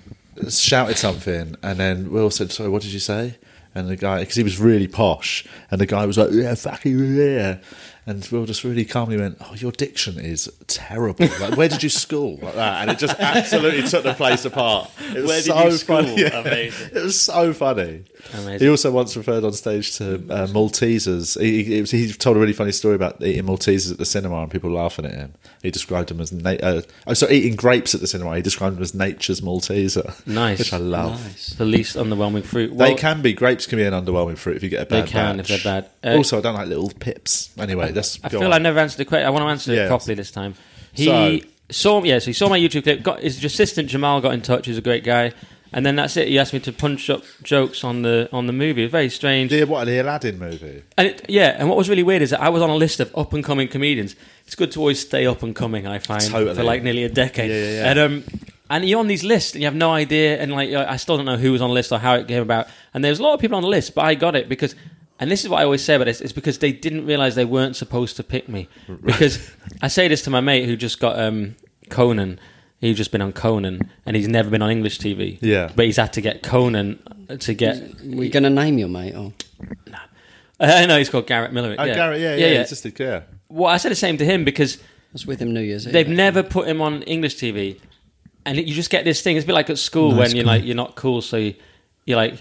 shouted something, and then Will said, "Sorry, what did you say?" And the guy, because he was really posh, and the guy was like, "Yeah, fuck you, yeah." And Will just really calmly went, "Oh, your diction is terrible. Like, where did you school?" Like that, and it just absolutely took the place apart. It was
Where did
so
you school?
funny.
Amazing.
It was so funny.
Amazing.
He also once referred on stage to uh, Maltesers. He, he, it was- he told a really funny story about eating Maltesers at the cinema and people laughing at him. He described them as na- uh, oh, sorry, eating grapes at the cinema. He described them as nature's Malteser.
Nice.
which I love.
Nice.
The least underwhelming fruit.
They
Well,
can be grapes can be an underwhelming fruit if you get a
They
bad.
can
batch.
if they're bad. Uh,
also, I don't like little pips. Anyway, that's
I
go
feel
on.
I never answered the question. I want to answer
Yeah.
it properly this time. He
So-
saw, yeah, so he saw my YouTube clip. Got his assistant Jamal got in touch. He's a great guy, and then that's it. You asked me to punch up jokes on the on the movie. Very strange.
The, what, the Aladdin movie?
And it, yeah, and what was really weird is that I was on a list of up and coming comedians. It's good to always stay up and coming. I find
Totally.
for like nearly a decade.
Yeah, yeah, yeah.
And um, and you're on these lists and you have no idea. And like I still don't know who was on the list or how it came about. And there's a lot of people on the list, but I got it because. And this is what I always say about this: it's because they didn't realize they weren't supposed to pick me. Because I say this to my mate who just got um, Conan. He's just been on Conan, and he's never been on English TV.
Yeah.
but he's had to get Conan to get
We're going to name your mate. Or
uh, no, he's called Garrett Miller.
Oh, Garrett, yeah, yeah, yeah. It's just a, yeah.
Well, I said the same to him because
that's with him New Year's. Eve.
they've never put him on English TV, and it- you just get this thing. It's a bit like at school when you're like you're not cool, so you, you're like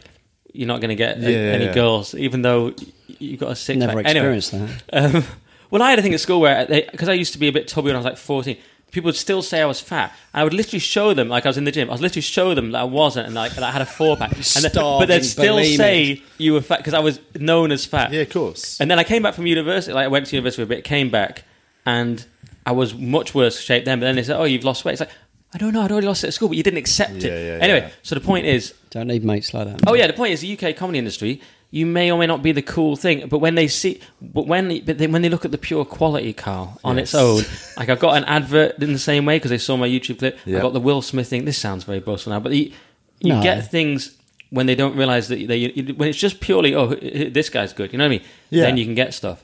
you're not going to get a-
Yeah, yeah,
any
yeah.
girls, even though you've got a six.
never
pack. Anyway,
experienced that.
um, when I had a thing at school where because I used to be a bit tubby when I was like fourteen, people would still say I was fat. I would literally show them like I was in the gym. I was literally show them that I wasn't and like that I had a four pack, and then- but
Starving
they'd still
bulimic.
say you were fat because I was known as fat.
Yeah, of course.
And then I came back from university. Like I went to university for a bit, came back, and I was much worse shape then. But then they said, "Oh, you've lost weight." It's like I don't know. I'd already lost it at school, but you didn't accept
Yeah,
it
yeah,
anyway.
yeah.
So the point is,
Don't need mates like that.
oh yeah, the point is, the UK comedy industry. You may or may not be the cool thing, but when they see, but when, but then when they look at the pure quality, Carl, on its
Yes.
own, like I got an advert in the same way because they saw my YouTube clip.
Yeah.
I got the Will Smith thing. This sounds very boastful now, but you, you
No.
get things when they don't realize that they you- when it's just purely oh h- h- this guy's good. You know what I mean?
Yeah.
Then you can get stuff.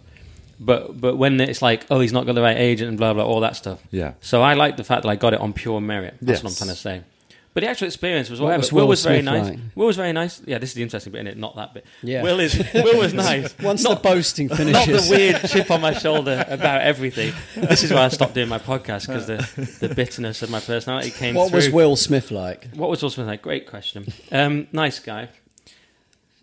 But but when it's like oh he's not got the right agent and blah blah all that stuff.
Yeah.
So I like the fact that I got it on pure merit. That's what I'm
Yes.
trying to say. But the actual experience was whatever.
was
Will,
Will
was very
Smith
nice.
like?
Will was very nice. Yeah, this is the interesting bit in it, not that bit.
Yeah.
Will is Will was nice.
Once
not,
the boasting
not
finishes,
the weird chip on my shoulder about everything. This is why I stopped doing my podcast because the, the bitterness of my personality came
what
through.
was Will Smith like?
What was Will Smith like? Great question. Um, nice guy.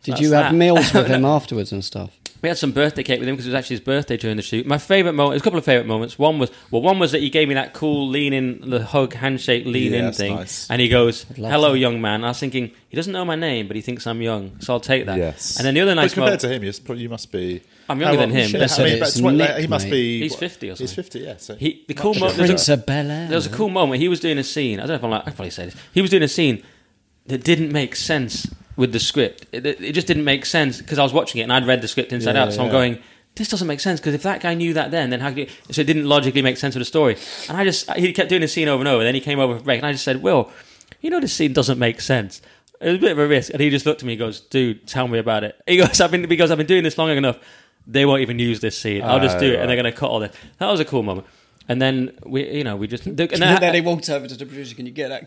Did
That's
you
that.
have meals with him afterwards and stuff?
We had some birthday cake with him because it was actually his birthday during the shoot. My favourite moment, there's a couple of favourite moments. One was, well, one was that he gave me that cool lean in, the hug, handshake, lean
Yeah,
in
that's
thing.
nice.
And he goes,
love
hello,
that.
young man. And I was thinking, he doesn't know my name, but he thinks I'm young, so I'll take that.
Yes.
And then the other nice
but compared
moment,
to him, you're, sp- you must be.
I'm younger
How
than
old-
him.
shit,
That's
I
it,
mean, but
it's
it's what-
Nick,
he must
mate.
be.
He's
what-
50 or
He's
something.
50, yeah. So.
he, the cool
Much
moment,
different.
there's
Prince
a,
of Bel Air.
there was a cool moment. He was doing a scene. I don't know if I'm like, I probably say this. He was doing a scene that didn't make sense with the script. It, it- it just didn't make sense because I was watching it and I'd read the script inside
Yeah,
out. So I'm
yeah.
going, this doesn't make sense because if that guy knew that then, then how could he? So it didn't logically make sense of the story. And I just, he kept doing the scene over and over. then he came over for break and I just said, Will, you know, this scene doesn't make sense. It was a bit of a risk. And he just looked at me and goes, dude, tell me about it. He goes, I've been, because I've been doing this long enough. They won't even use this scene. I'll just
Oh,
do it, and they're
right.
going to cut all this. That was a cool moment. And then we, you know, we just and then,
And then he walked over to the producer. Can you get that?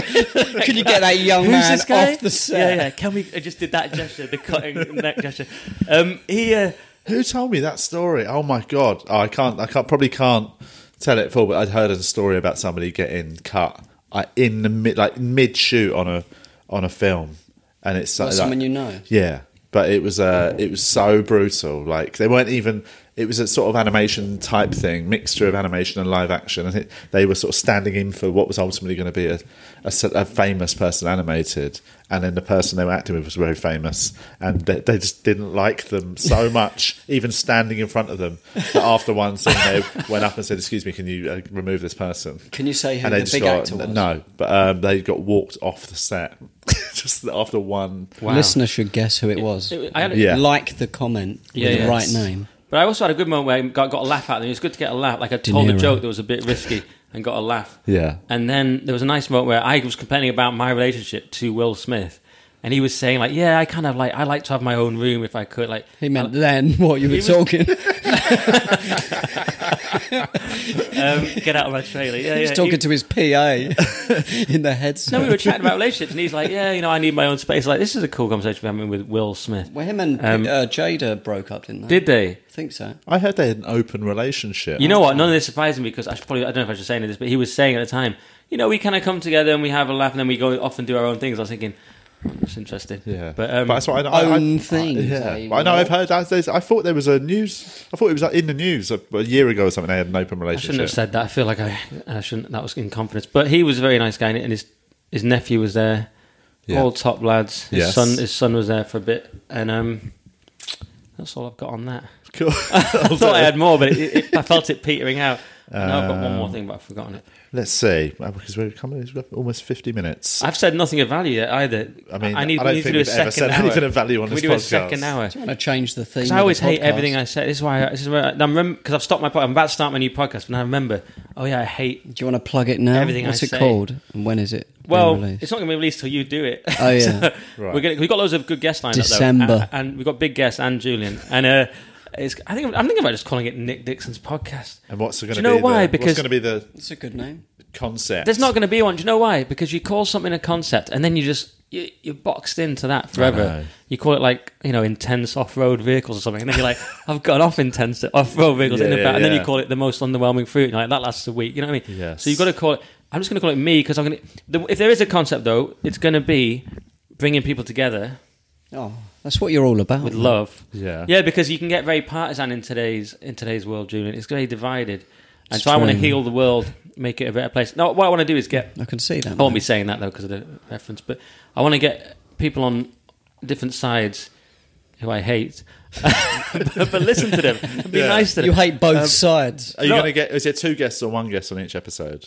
cunt? Can you get that young
Who's
man
this guy?
off the set?
Yeah, yeah. Can we? I just did that gesture, the cutting neck gesture. Um, he, uh,
Who told me that story? Oh my god! Oh, I can't. I can't. Probably can't tell it full. But I'd heard a story about somebody getting cut like, in the mid, like mid shoot on a on a film, and it's
Or
like,
someone you know.
Yeah, but it was uh, it was so brutal. Like they weren't even. It was a sort of animation type thing, mixture of animation and live action, and it, they were sort of standing in for what was ultimately going to be a, a, s- a famous person animated, and then the person they were acting with was very famous, and they, they just didn't like them so much, even standing in front of them. That after one scene, they went up and said, "Excuse me, can you uh, remove this person?"
Can you say who
And they
the
just
big
got-
actor was?
No, but um, they got walked off the set just after one.
Listener should guess who it was.
I had a,
Yeah.
Like the comment
Yeah,
with
yeah.
the right name.
But I also had a good moment where I got, got a laugh out of them. It was good to get a laugh. Like I told a
Niro.
joke that was a bit risky and got a laugh.
Yeah.
And then there was a nice moment where I was complaining about my relationship to Will Smith. And he was saying like, yeah, I kind of like, I like to have my own room if I could. Like
He meant then what you were
Uh, was-
talking. He
um, get out of my trailer. Yeah,
was
yeah.
talking
He-
to his PA in the
No,
headset.
we were chatting about relationships, and he's like, "Yeah, you know, I need my own space." Like, this is a cool conversation we're having with Will Smith.
Well, him and
Um,
uh, Jada broke up, didn't they?
Did they?
I think so.
I heard they had an open relationship.
You know what? None of this surprised me because I should probably I don't know if I should say any of this, but he was saying at the time, you know, we kind of come together and we have a laugh, and then we go off and do our own things. I was thinking, it's interesting.
Yeah,
but um,
that's what I know. I-
own
I-
things,
yeah,
eh,
But I know.
well.
I've heard. I, I thought there was a news. I thought it was like in the news a, a year ago or something. They had an open
I shouldn't
relationship.
have said that. I feel like I, I shouldn't. That was in confidence. But he was a very nice guy, and his his nephew was there.
Yeah.
All top lads. His
Yes.
son, his son was there for a bit, and um, that's all I've got on that.
Cool.
I thought I had more, but it, it, I felt it petering out. I know I've got one more thing, but I've forgotten it.
Let's see, uh, because we're coming we've got almost fifty minutes.
I've said nothing of value yet either.
I mean,
I need,
I don't
we need
think
to do a
we've ever
second
said
hour.
anything of value on
Can
this
we do a
podcast?
second hour?
Do you want to change the theme?
I
of
always
the
hate
podcast?
everything I say. This is why I, this is why I, am because I've stopped my. po- I'm about to start my new podcast, and I remember. Oh yeah, I hate.
Do you want to plug it now?
Everything I
What's it
say.
called? And when is it? being
Well,
released?
it's not going to be released till you do it.
Oh, yeah.
Right.
we're gonna, we've got loads of good guests lined up. though.
December.
and, and we've got big guests and Julian. And uh, it's, I think I'm thinking about just calling it Nick Dixon's podcast.
And what's going
Do
to
you know
be
why?
The,
Because-
what's going to be the
it's a good name.
concept?
There's not going to be one. Do you know why? Because you call something a concept, and then you just you, you're boxed into that
know.
forever. You call it like you know intense off-road vehicles or something, and then you're like, I've got off intense off-road vehicles in
Yeah,
the back, and then
yeah.
you call it the most underwhelming fruit, and like that lasts a week. You know what I mean?
Yes.
So you've got to call it. I'm just going to call it me because I'm going to. If there is a concept though, it's going to be bringing people together
Oh, that's what you're all about.
with love.
Mm-hmm. Yeah.
Yeah, because you can get very partisan in today's in today's world, Julian. It's very divided, and
It's
so I want to
true.
heal the world, make it a better place. No, what I want to do is get
I can see that.
I won't
man.
be saying that though because of the reference, but I want to get people on different sides who I hate, but, but listen to them and be
Yeah.
nice to them.
You hate both
Um,
sides.
Are you
No.
going to get? Is it two guests or one guest on each episode?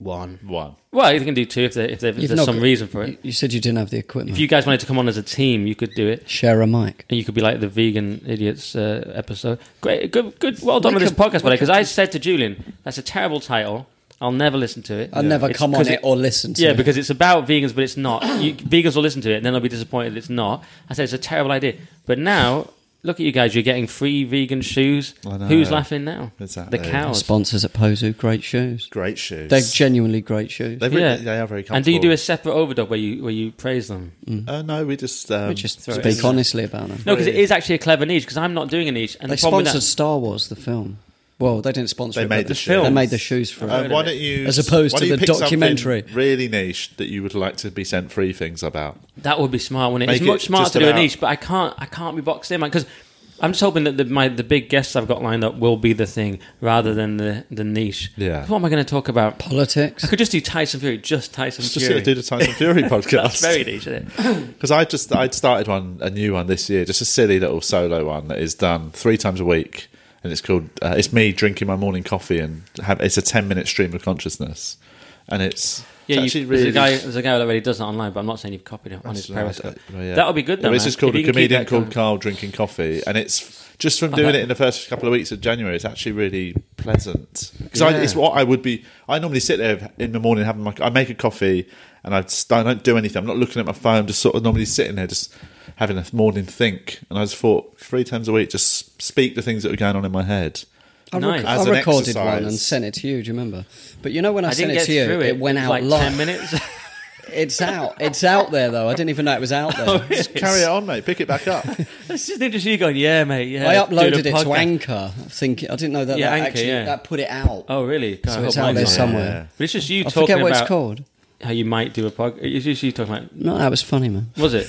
One.
One.
well, you can do two if, they, if, they, if
You've
there's
not
some
got-
reason for
You,
it.
you said you didn't have the equipment.
If you guys wanted to come on as a team, you could do it.
Share a mic.
And you could be like the vegan idiots uh, episode. Great, good, good. Well done
We
with
could-
this podcast,
we
buddy. Because
could
I said to Julian, "That's a terrible title. I'll never listen to it.
I'll never
It's
come on
'cause
it, or listen to
yeah,
it.
because it's about vegans, but it's not. You, vegans will listen to it and then they'll be disappointed that it's not. I said it's a terrible idea. But now, look at you guys, you're getting free vegan shoes.
I know.
Who's laughing now?
Exactly.
The cows.
sponsors at Pozu, great shoes.
Great shoes.
They're genuinely great shoes.
They really-
yeah,
they are very comfortable.
And do you do a separate overdub where you where you praise them?
Uh, no, we just um,
We just
throw it
speak
in.
honestly about them.
No, because it is actually a clever niche. Because I'm not doing a niche. And
they
the problem with
sponsored Star Wars, the film. Well, they didn't sponsor
They
it.
made
but
the
shoes.
They made the shoes for
Um,
it.
why don't you,
As opposed
why
to
don't you
the
pick something
documentary.
really niche that you would like to be sent free things about?
that, that would be smart. When it's
Make it
much smarter
just
to do a
about-
niche, but I can't I can't be boxed in because. I'm just hoping that the, my the big guests I've got lined up will be the thing rather than the, the niche.
Yeah.
What am I going to talk about?
Politics.
I could just do Tyson Fury, just Tyson
Just
Fury.
to do the Tyson Fury
That's
podcast.
very niche, isn't it?
Because I just I'd started one a new one this year, just a silly little solo one that is done three times a week, and it's called uh, it's me drinking my morning coffee and have it's a ten minute stream of consciousness, and it's,
Yeah,
it's
you,
actually
there's
really
a guy. There's a guy that already does that online, but I'm not saying you've copied it on his
That's
private.
right. Uh, yeah.
That would be good. Though,
Yeah, this
man.
is called
If
a
you can keep
comedian
that
called
going.
Carl drinking coffee, and it's just from doing it in the first couple of weeks of January. It's actually really pleasant because
Yeah.
it's what I would be. I normally sit there in the morning having my. I make a coffee and I, just, I don't do anything. I'm not looking at my phone. Just sort of normally sitting there, just having a morning think. And I just thought three times a week, just speak the things that were going on in my head.
I,
Nice.
I
As an
recorded
exercise.
one and sent it to you. Do you remember? But you know when I,
I
sent
didn't
it
get
to you,
through
it,
it.
went
was
out
like
live.
ten minutes.
It's out. It's out there though. I didn't even know it was out there.
Just carry it on, mate. Pick it back up.
It's just just you going, yeah, mate. Yeah,
I
do
uploaded
the
it to
podcast."
Anchor. Thinking I didn't know that.
Yeah,
that
Anchor,
actually,
yeah.
That put it out.
Oh, really? God, I
So
hope
it's
mine's
out there
not.
somewhere.
But it's just you
I
talking
forget what
about
it's called.
how you might do a podcast. It's just you talking about.
No, that was funny, man.
Was it?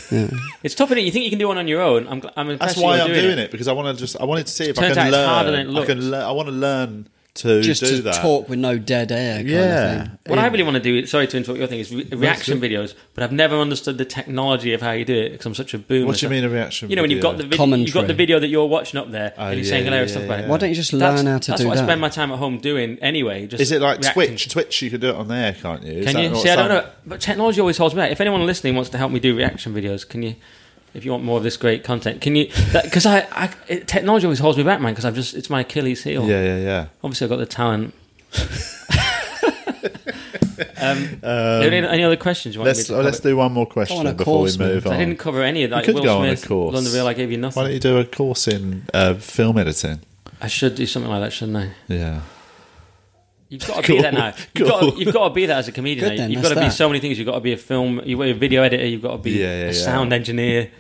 It's tough, is it? You think you can do one on your own? I'm, gl- I'm impressed.
That's why
you're
I'm
doing, it.
because I want to just. I wanted to see if I
Turns out
can
it's harder
learn.
than it
I can.
looks.
lear- I want to learn to
Just
do
to
that.
talk with no dead air. Kind Of
Yeah.
thing.
What I really want to do, sorry to interrupt your thing, is re- reaction videos. But I've never understood the technology of how you do it because I'm such a boomer.
What do you
So-
mean a reaction
You know, when you've got the
video? Oh,
video, you've got
Commentary.
the video that you're watching up there, and you're
yeah,
saying hilarious
yeah,
stuff about
yeah.
it.
Why don't you just learn how to
that's
do
what
that?
I spend my time at home doing anyway. Just
Is it like
reacting.
Twitch? Twitch, you can do it on there, can't you? Is
Can
that
you
not
see? I don't
some-
know, but technology always holds me back. If anyone listening wants to help me do reaction videos, can you? If you want more of this great content, can you? Because I, I it, technology always holds me back, man. Because I've just it's my Achilles heel.
Yeah, yeah, yeah.
Obviously, I've got the talent. um, any, any other questions? You want me
Let's
to
oh, let's
cover?
do one more question
Go on a
before
course,
we
man.
move
I
on.
didn't cover any of that.
could
Will
go on a
Smith,
course.
London Real, I gave you
Why don't
nothing.
you do a course in uh, film editing?
I should do something like that, shouldn't I?
Yeah.
You've got to
Cool.
be that now. You've, got
Cool.
to, you've got to be that as a comedian.
Good
now.
then,
you've got
that's
to be
that.
so many things. You've got to be a film, you've got to be a video editor. You've got to be
Yeah, yeah,
a
yeah.
sound engineer.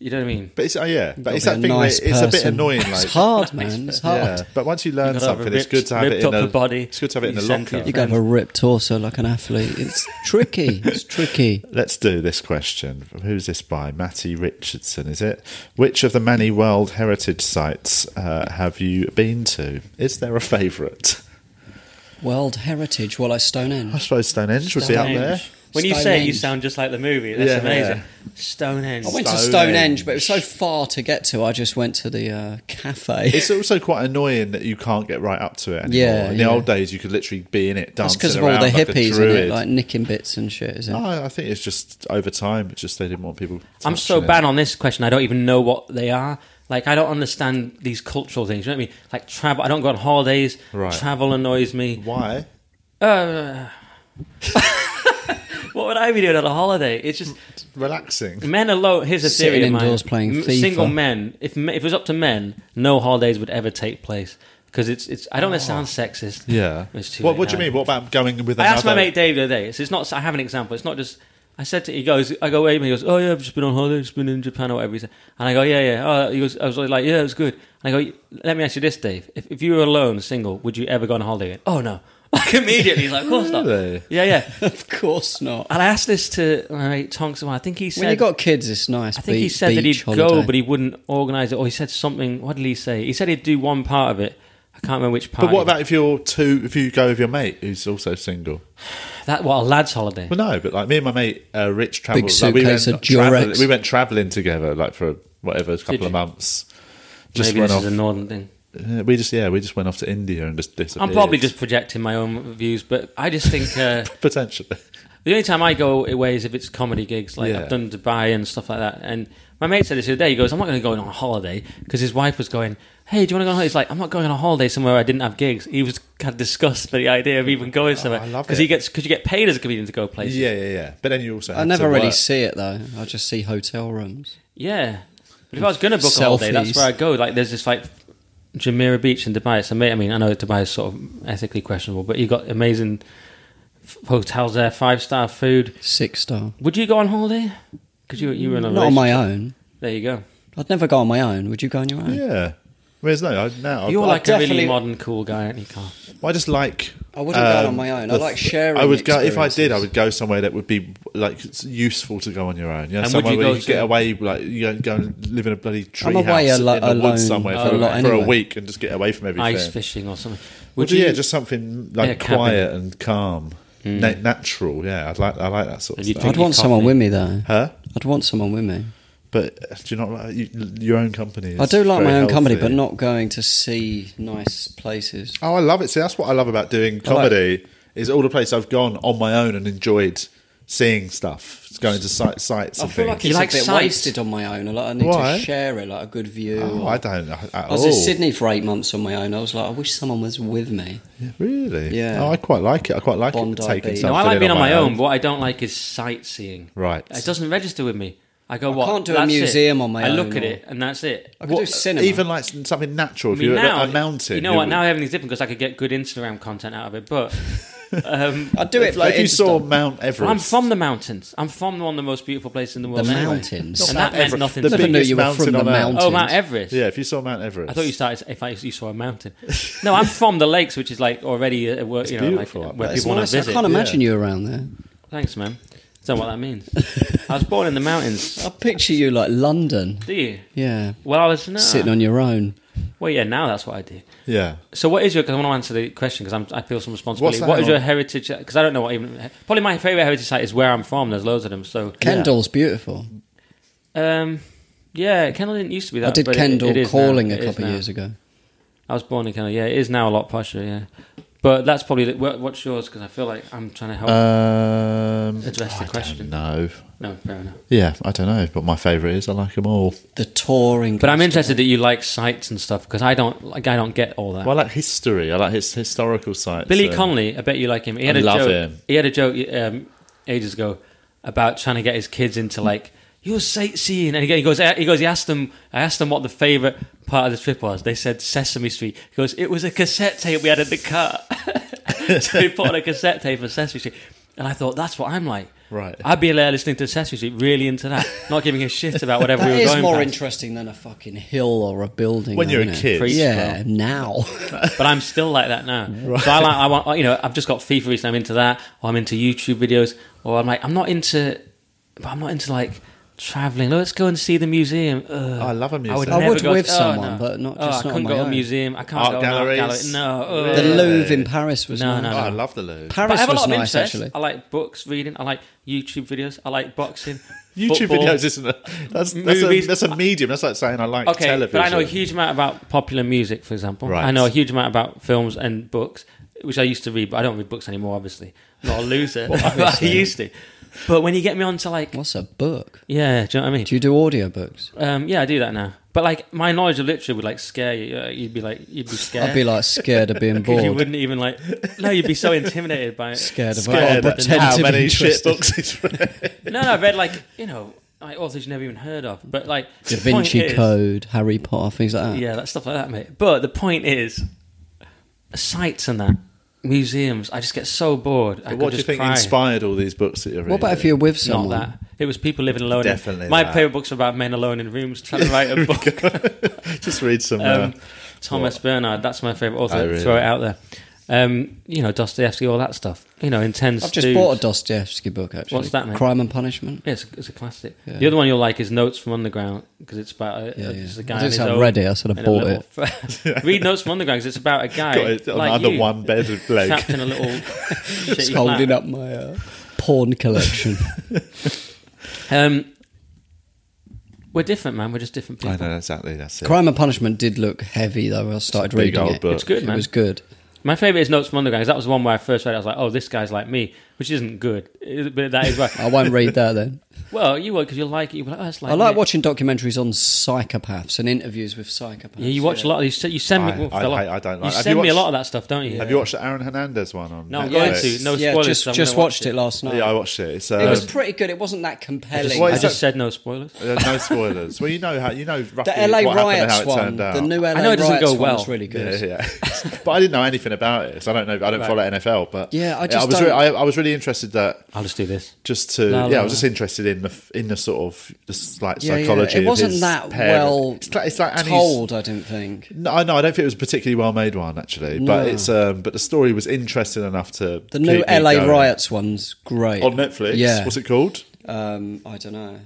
You know what I mean?
But it's oh yeah, but it's
Gotta
that
be
thing. where
nice
it's a bit
person.
annoying.
it's
Like,
hard, man. It's hard.
yeah. But once you
You've
learn
got to have
something,
a
it's good
ripped-
to have it
ripped
in
upper
a
body.
It's good to have it in
You
the
send to
locker.
your
You got to have a ripped torso like an athlete. It's tricky. It's tricky.
Let's do this question. Who's this by? Matty Richardson, is it? Which of the many World Heritage Sites uh, have you been to? Is there a favourite?
World heritage. Well, like Stonehenge.
I suppose Stonehenge would be up there.
Stonehenge. When you say it, you
Stonehenge.
sound just like the movie. That's
Yeah.
amazing. Stonehenge.
I went to
Stonehenge.
Stonehenge, but it was so far to get to. I just went to the uh, cafe.
It's also quite annoying that you can't get right up to it anymore.
Yeah,
in
yeah.
the old days, you could literally be in it
That's
dancing
because of all
around
the
like a
hippies in
druid. Oh,
it, like nicking bits and shit. Is it?
No, I I think it's just over time. It's just they didn't want people.
I'm so
touching it.
bad on this question. I don't even know what they are. Like I don't understand these cultural things. You know what I mean? Like travel. I don't go on holidays.
Right.
Travel annoys me.
Why?
Uh, what would I be doing on a holiday? It's just
Relaxing.
men alone. Here's a
Sitting
theory of mine.
indoors playing
M-
FIFA.
Single men. If me- if it was up to men, no holidays would ever take place because it's it's. I don't
Oh.
want to sound sexist.
Yeah.
It's too
What,
late
what do you
now.
mean? What about going with
I
another?
asked my mate Dave the other day. So it's not. I have an example. It's not just. I said to he goes. I go wait. He goes. Oh yeah, I've just been on holiday. Just been in Japan or whatever. He said. And I go yeah yeah. Oh, he goes. I was like yeah, it was good. And I go. Let me ask you this, Dave. If, if you were alone, single, would you ever go on holiday? Again? Oh no. Like immediately. He's like of course not.
Really?
Yeah yeah.
of course not.
And I asked this to my mate Tonks. and I think he said.
When you got kids, it's nice.
I think he
Beach-
said that
beach
he'd go,
holiday.
but he wouldn't organise it. Or he said something. What did he say? He said he'd do one part of it. I can't remember which part.
But what
he-
about if you're two? If you go with your mate who's also single?
that? What a lad's holiday.
Well, no, but like me and my mate uh, Rich traveled. like,
suitcase of
travel-
Durex.
we went traveling together, like for whatever, a couple
you?
of months. Just
Maybe
went
this
off.
is a northern thing.
uh, we just yeah, we just went off to India and just disappeared.
I'm probably just projecting my own views, but I just think uh,
potentially.
the only time I go away is if it's comedy gigs. Like
Yeah.
I've done Dubai and stuff like that. And my mate said this the other day. He goes, "I'm not going to go on a holiday," because his wife was going, "Hey, do you want to go on holiday?" He's like, "I'm not going on a holiday somewhere I didn't have gigs." He was kind of disgusted by the idea of even going somewhere
Oh, I love
because he
it.
gets because you get paid as a comedian to go places.
Yeah, yeah, yeah. But then you also.
I
had
never
to
really
work.
see it though. I just see hotel rooms.
Yeah. But if I was going to book a holiday, that's
Selfies.
where I go. Like, there's this like Jumeirah Beach in Dubai. It's amazing. I mean, I know Dubai is sort of ethically questionable, but you've got amazing f- hotels there, five star food.
Six star.
Would you go on holiday? Because you, you were in a
Not on my
relationship.
own.
There you go.
I'd never go on my own. Would you go on your own?
Yeah. Whereas no, I, now
You're
I,
like a really
definitely-
modern, cool guy, aren't you, Carl?
I just like. um,
I wouldn't go out on my own. I
the
like
th-
sharing
I would go if I did. I
experiences.
would go somewhere that would be like it's useful to go on your own. You know,
And would
somewhere
you
where
go
you could get
to-
away. Like you don't go and live in a bloody tree
away
house
a lo-
in the
alone
woods somewhere
a
for,
lot
for a
anyway.
week and just get away from everything.
Ice fishing or something.
Would
Would you?
yeah, just something
Yeah,
like
cabin.
quiet and calm,
Hmm.
na- natural. Yeah, I'd like. I like that sort of
And you'd
stuff.
drink-
I'd
your
want someone
coffee.
with me though.
Huh?
I'd want someone with me.
But uh, do you not like you, your own company? Is
I do like
very
my own company,
healthy.
but not going to see nice places.
Oh, I love it. See, that's what I love about doing comedy is all the places I've gone on my own and enjoyed seeing stuff, going to sight, sites.
I
And
feel
things.
like
You
it's
like
a bit
sights?
wasted on my own. Like I need
Why?
to share it, like a good view.
Oh,
or-
I oh. don't at
I was
all.
in Sydney for eight months on my own. I was like, I wish someone was with me.
Really?
Yeah.
Oh, I quite like it. I quite like
Bondi
it. Taking
Beach.
No,
something
I like
in
being
on my own.
but what I don't like is sightseeing.
Right.
It doesn't register with me. I go,
I
what?
can't do a
That's it.
museum on my
I
own
look at
or-
it, and that's it.
I could do cinema.
Even like something natural. If
I mean,
you're
now,
at a mountain,
You know what?
would-
Now everything's different because I could get good Instagram content out of it. But um,
I'd do it
if, like,
for
if you
Insta.
saw Mount Everest,
I'm from the mountains. I'm from one of the most beautiful places in the world.
The
anyway.
mountains?
and
Mount
that meant
Everest.
nothing.
The
to
Never
me.
knew you were
biggest
from the
mountain on
mountains.
Earth.
Oh, Mount Everest.
yeah, if you saw Mount Everest,
I thought you started if I you saw a mountain. No, I'm from the lakes, which is like already a, where- you know like,
beautiful up
where
there.
It's
people want
nice.
to visit.
I can't imagine you around there.
Thanks, man. Don't know what that means. I was born in the mountains.
Oh.
I picture you like London.
Do you?
Yeah,
Well, I was no.
sitting on your own.
Well, Ah. yeah. Now that's what I do.
yeah.
So what is your? Because I want to answer the question because I feel some
What's
responsibility.
that
What is
on?
your heritage? Because I don't know what even. Probably my favorite heritage site is where I'm from. There's loads of them. So
Kendall's beautiful.
um, yeah, Kendall didn't used to be that.
I did
but it-
Kendall
it is
calling
now. It
a
is
couple
now.
of years ago.
I was born in Kendall. Yeah, it is now a lot posher. Yeah, but that's probably the, what- what's yours because I feel like I'm trying to help.
Uh,
Um,
Address the
I
Oh. question.
No,
no, fair enough.
yeah, I don't know, but my favourite is I like them all.
The touring.
But I'm
goes-
interested that you like sites and stuff because I don't like. I don't get all that.
Well, I like history. I like his historical sites. uh,
Billy
and-
Connolly, I bet you like him. He had
I
a
love
joke.
him.
He had a joke um, ages ago about trying to get his kids into like you're sightseeing, and again he goes, he goes, he asked them, I asked them what the favorite part of the trip was. They said Sesame Street. He goes, it was a cassette tape we had in the car. so he put on a cassette tape for Sesame Street, and I thought that's what I'm like.
Right.
I'd be there listening to Sesame Street, really into that, not giving a shit about whatever
That
we were
is
going.
more
past.
interesting than a fucking hill or a building.
When
though,
you're a
isn't it?
kid.
Yeah, now.
but I'm still like that now. So I like, I want, you know, I've just got FIFA recently. I'm into that, or I'm into YouTube videos, or I'm like, I'm not into, but I'm not into like traveling. Let's go and see the museum. Ugh.
I love a museum.
would
I
never
would
go-
with
oh,
someone,
no.
but not-
Oh,
just not
I
on
couldn't
my
go to a
own.
museering. I can't
Art
go to an art
galleries?
gallery. No, ugh.
The
Really?
Louvre in Paris was
No,
nice.
Oh,
no,
I love the Louvre.
But I
Paris
have a lot
was
of
nice
interests.
actually.
I like books, reading. I like YouTube videos. I like boxing.
YouTube
football.
videos isn't a that's that's a,
Movies.
that's a medium. That's like saying I like
Okay,
television.
but I know a huge amount about popular music, for example.
Right.
I know a huge amount about films and books, which I used to read, but I don't read books anymore, obviously. I'm not a loser, but I
obviously.
used to. But when you get me onto like,
What's a book?
yeah, do you know what I mean?
Do you do audiobooks?
Um, yeah, I do that now. But like, my knowledge of literature would like scare you. Uh, You'd be like, you'd be scared.
I'd be like scared of being
'Cause you
bored.
wouldn't even like. No, you'd be so intimidated by it.
Scared of
Scared
oh,
at
I'll pretend
how
to be
many shit
interested.
books he's read.
No, no, I've read like you know like authors you never even heard of, but like
Da
the point
Vinci
is-
Code, Harry Potter, things like that.
yeah, that stuff like that, mate. But the point is, sites and that museums, I just get so bored.
But
I
what
could
do you
just
think
cry.
inspired all these books that you're reading?
What about if you're with
Not
someone?
that it was people living alone. in-
Definitely
my
that.
favorite books are about men alone in rooms trying to write a book.
just read some?
Um,
uh,
Thomas
What?
Bernard, that's my favorite author.
Oh, really?
Throw it out there. Um, you know Dostoevsky, all that stuff. You know, intense.
I've just
dudes.
bought a Dostoevsky book actually.
What's that, mate?
Crime and Punishment.
Yeah, it's, it's a classic.
Yeah.
The other one you'll like is Notes from Underground because it's about a,
Yeah,
a,
yeah.
just a
I didn't
guy. on his
sound
own
ready, I sort of
in a
bought
little- Read Notes from Underground 'cause it's about a guy
got it on
like
under
you,
one bed of leg.
trapped in a little
It's
shitty
holding
flat.
up my uh, porn collection.
Um, we're different, man. We're just different
I
people.
know exactly. That's it.
Crime and Punishment did look heavy though. I started
big
reading
old
it.
book.
It's good,
it
man.
was good.
My favorite is Notes from Underground 'cause that was the one where I first read. it. I was like, oh, this guy's like me, which isn't good, It- but that is
I
right.
won't read that then.
well, you will because you'll like it. You'll be like, oh, that's like
I like
me.
watching documentaries on psychopaths and interviews with psychopaths.
Yeah, you watch a lot of these. You send me.
I-
well,
I
fell off.
hate- I don't
You
like- have
send
you
me a lot
watched-
of that stuff, don't you?
Have you watched the Aaron Hernandez one on?
No, I'm
Netflix?
going to. No
yeah,
spoilers.
just,
I'm
just
gonna watch
watched
it.
it last night.
Yeah, I watched it. It's, um,
it was pretty good. It wasn't that compelling.
What
I
is
just
that?
said no spoilers.
uh, no spoilers. well, you know how you know roughly
the LA
what happened,
riots
how it
one,
turned out.
the new LA
I know it doesn't
riots
go
one
well.
was really
Yeah,
good.
yeah. but I didn't know anything about it, so I don't know. I don't follow NFL, but
Yeah, I just
I was
don't-
I, I was really interested that
I'll just do this.
just to
La, la,
yeah, I
la.
was just interested in the f- in the sort of the s- like
Yeah, yeah.
psychology.
It
of
wasn't
his
that
parent.
well
It's like, it's like Annie's,
Told, I didn't think.
No, I know. I don't think it was a particularly well made one actually,
No.
but it's um, but the story was interesting enough to
The new
keep me
LA
going.
riots one's great.
on Netflix.
Yeah.
what's it called?
Um, I don't know.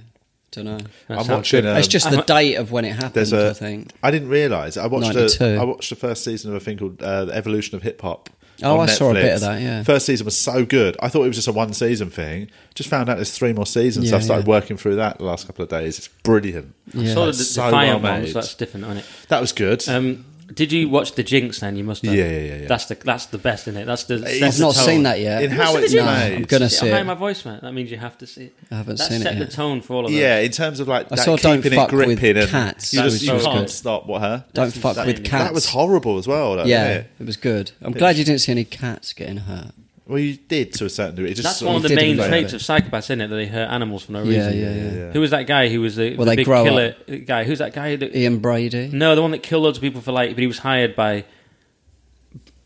Don't know.
I'm
sounds
watching.
good.
Um,
it's just the date of when it happened,
There's
I
a.
think.
I didn't realize. I watched. A,
92.
I watched the first season of a thing called uh, "The Evolution of Hip Hop."
Oh,
on
I saw a bit
Netflix.
of that, yeah.
first season was so good. I thought it was just a one season thing. Just found out there's three more seasons.
Yeah,
I've started
yeah.
working through that the last couple of days. It's brilliant.
Yeah.
Sort of the
That's so
defiant
well
one,
made.
so that's different, isn't it?
That was good.
Um, did you watch the Jinx? Then you must. Have.
Yeah, yeah, yeah, yeah.
That's the that's the best in it. That's the.
I've
sets
I've
the
not
tone.
seen that yet.
in how it's
No,
made.
I'm gonna
Shit,
see
I'm hiding
it.
my voice, man. That means you have to see it.
I haven't
that
seen it
set
yet.
the tone for all of
yeah,
us.
in terms of like
I
that
saw Don't
keeping
Fuck
it
With
gripping and
Cats.
you
That
just
was
you
so
can't
good.
stop what her.
Don't fuck
insane.
with
That
cats.
That was horrible as well. Though,
Yeah,
wasn't it?
it was good. I'm glad you didn't see any cats getting hurt.
Well, you did to a certain degree. It just
That's
sort
one of
we
the
did
main
enjoy
traits
it.
of psychopaths, isn't it? That they hurt animals for no
Yeah,
reason.
yeah, yeah.
Yeah.
Who was that guy who was the,
Well,
the
they
big
grow
killer guy? Who's that guy? That,
Ian Brady.
No, the one that killed loads of people for like, but he was hired by.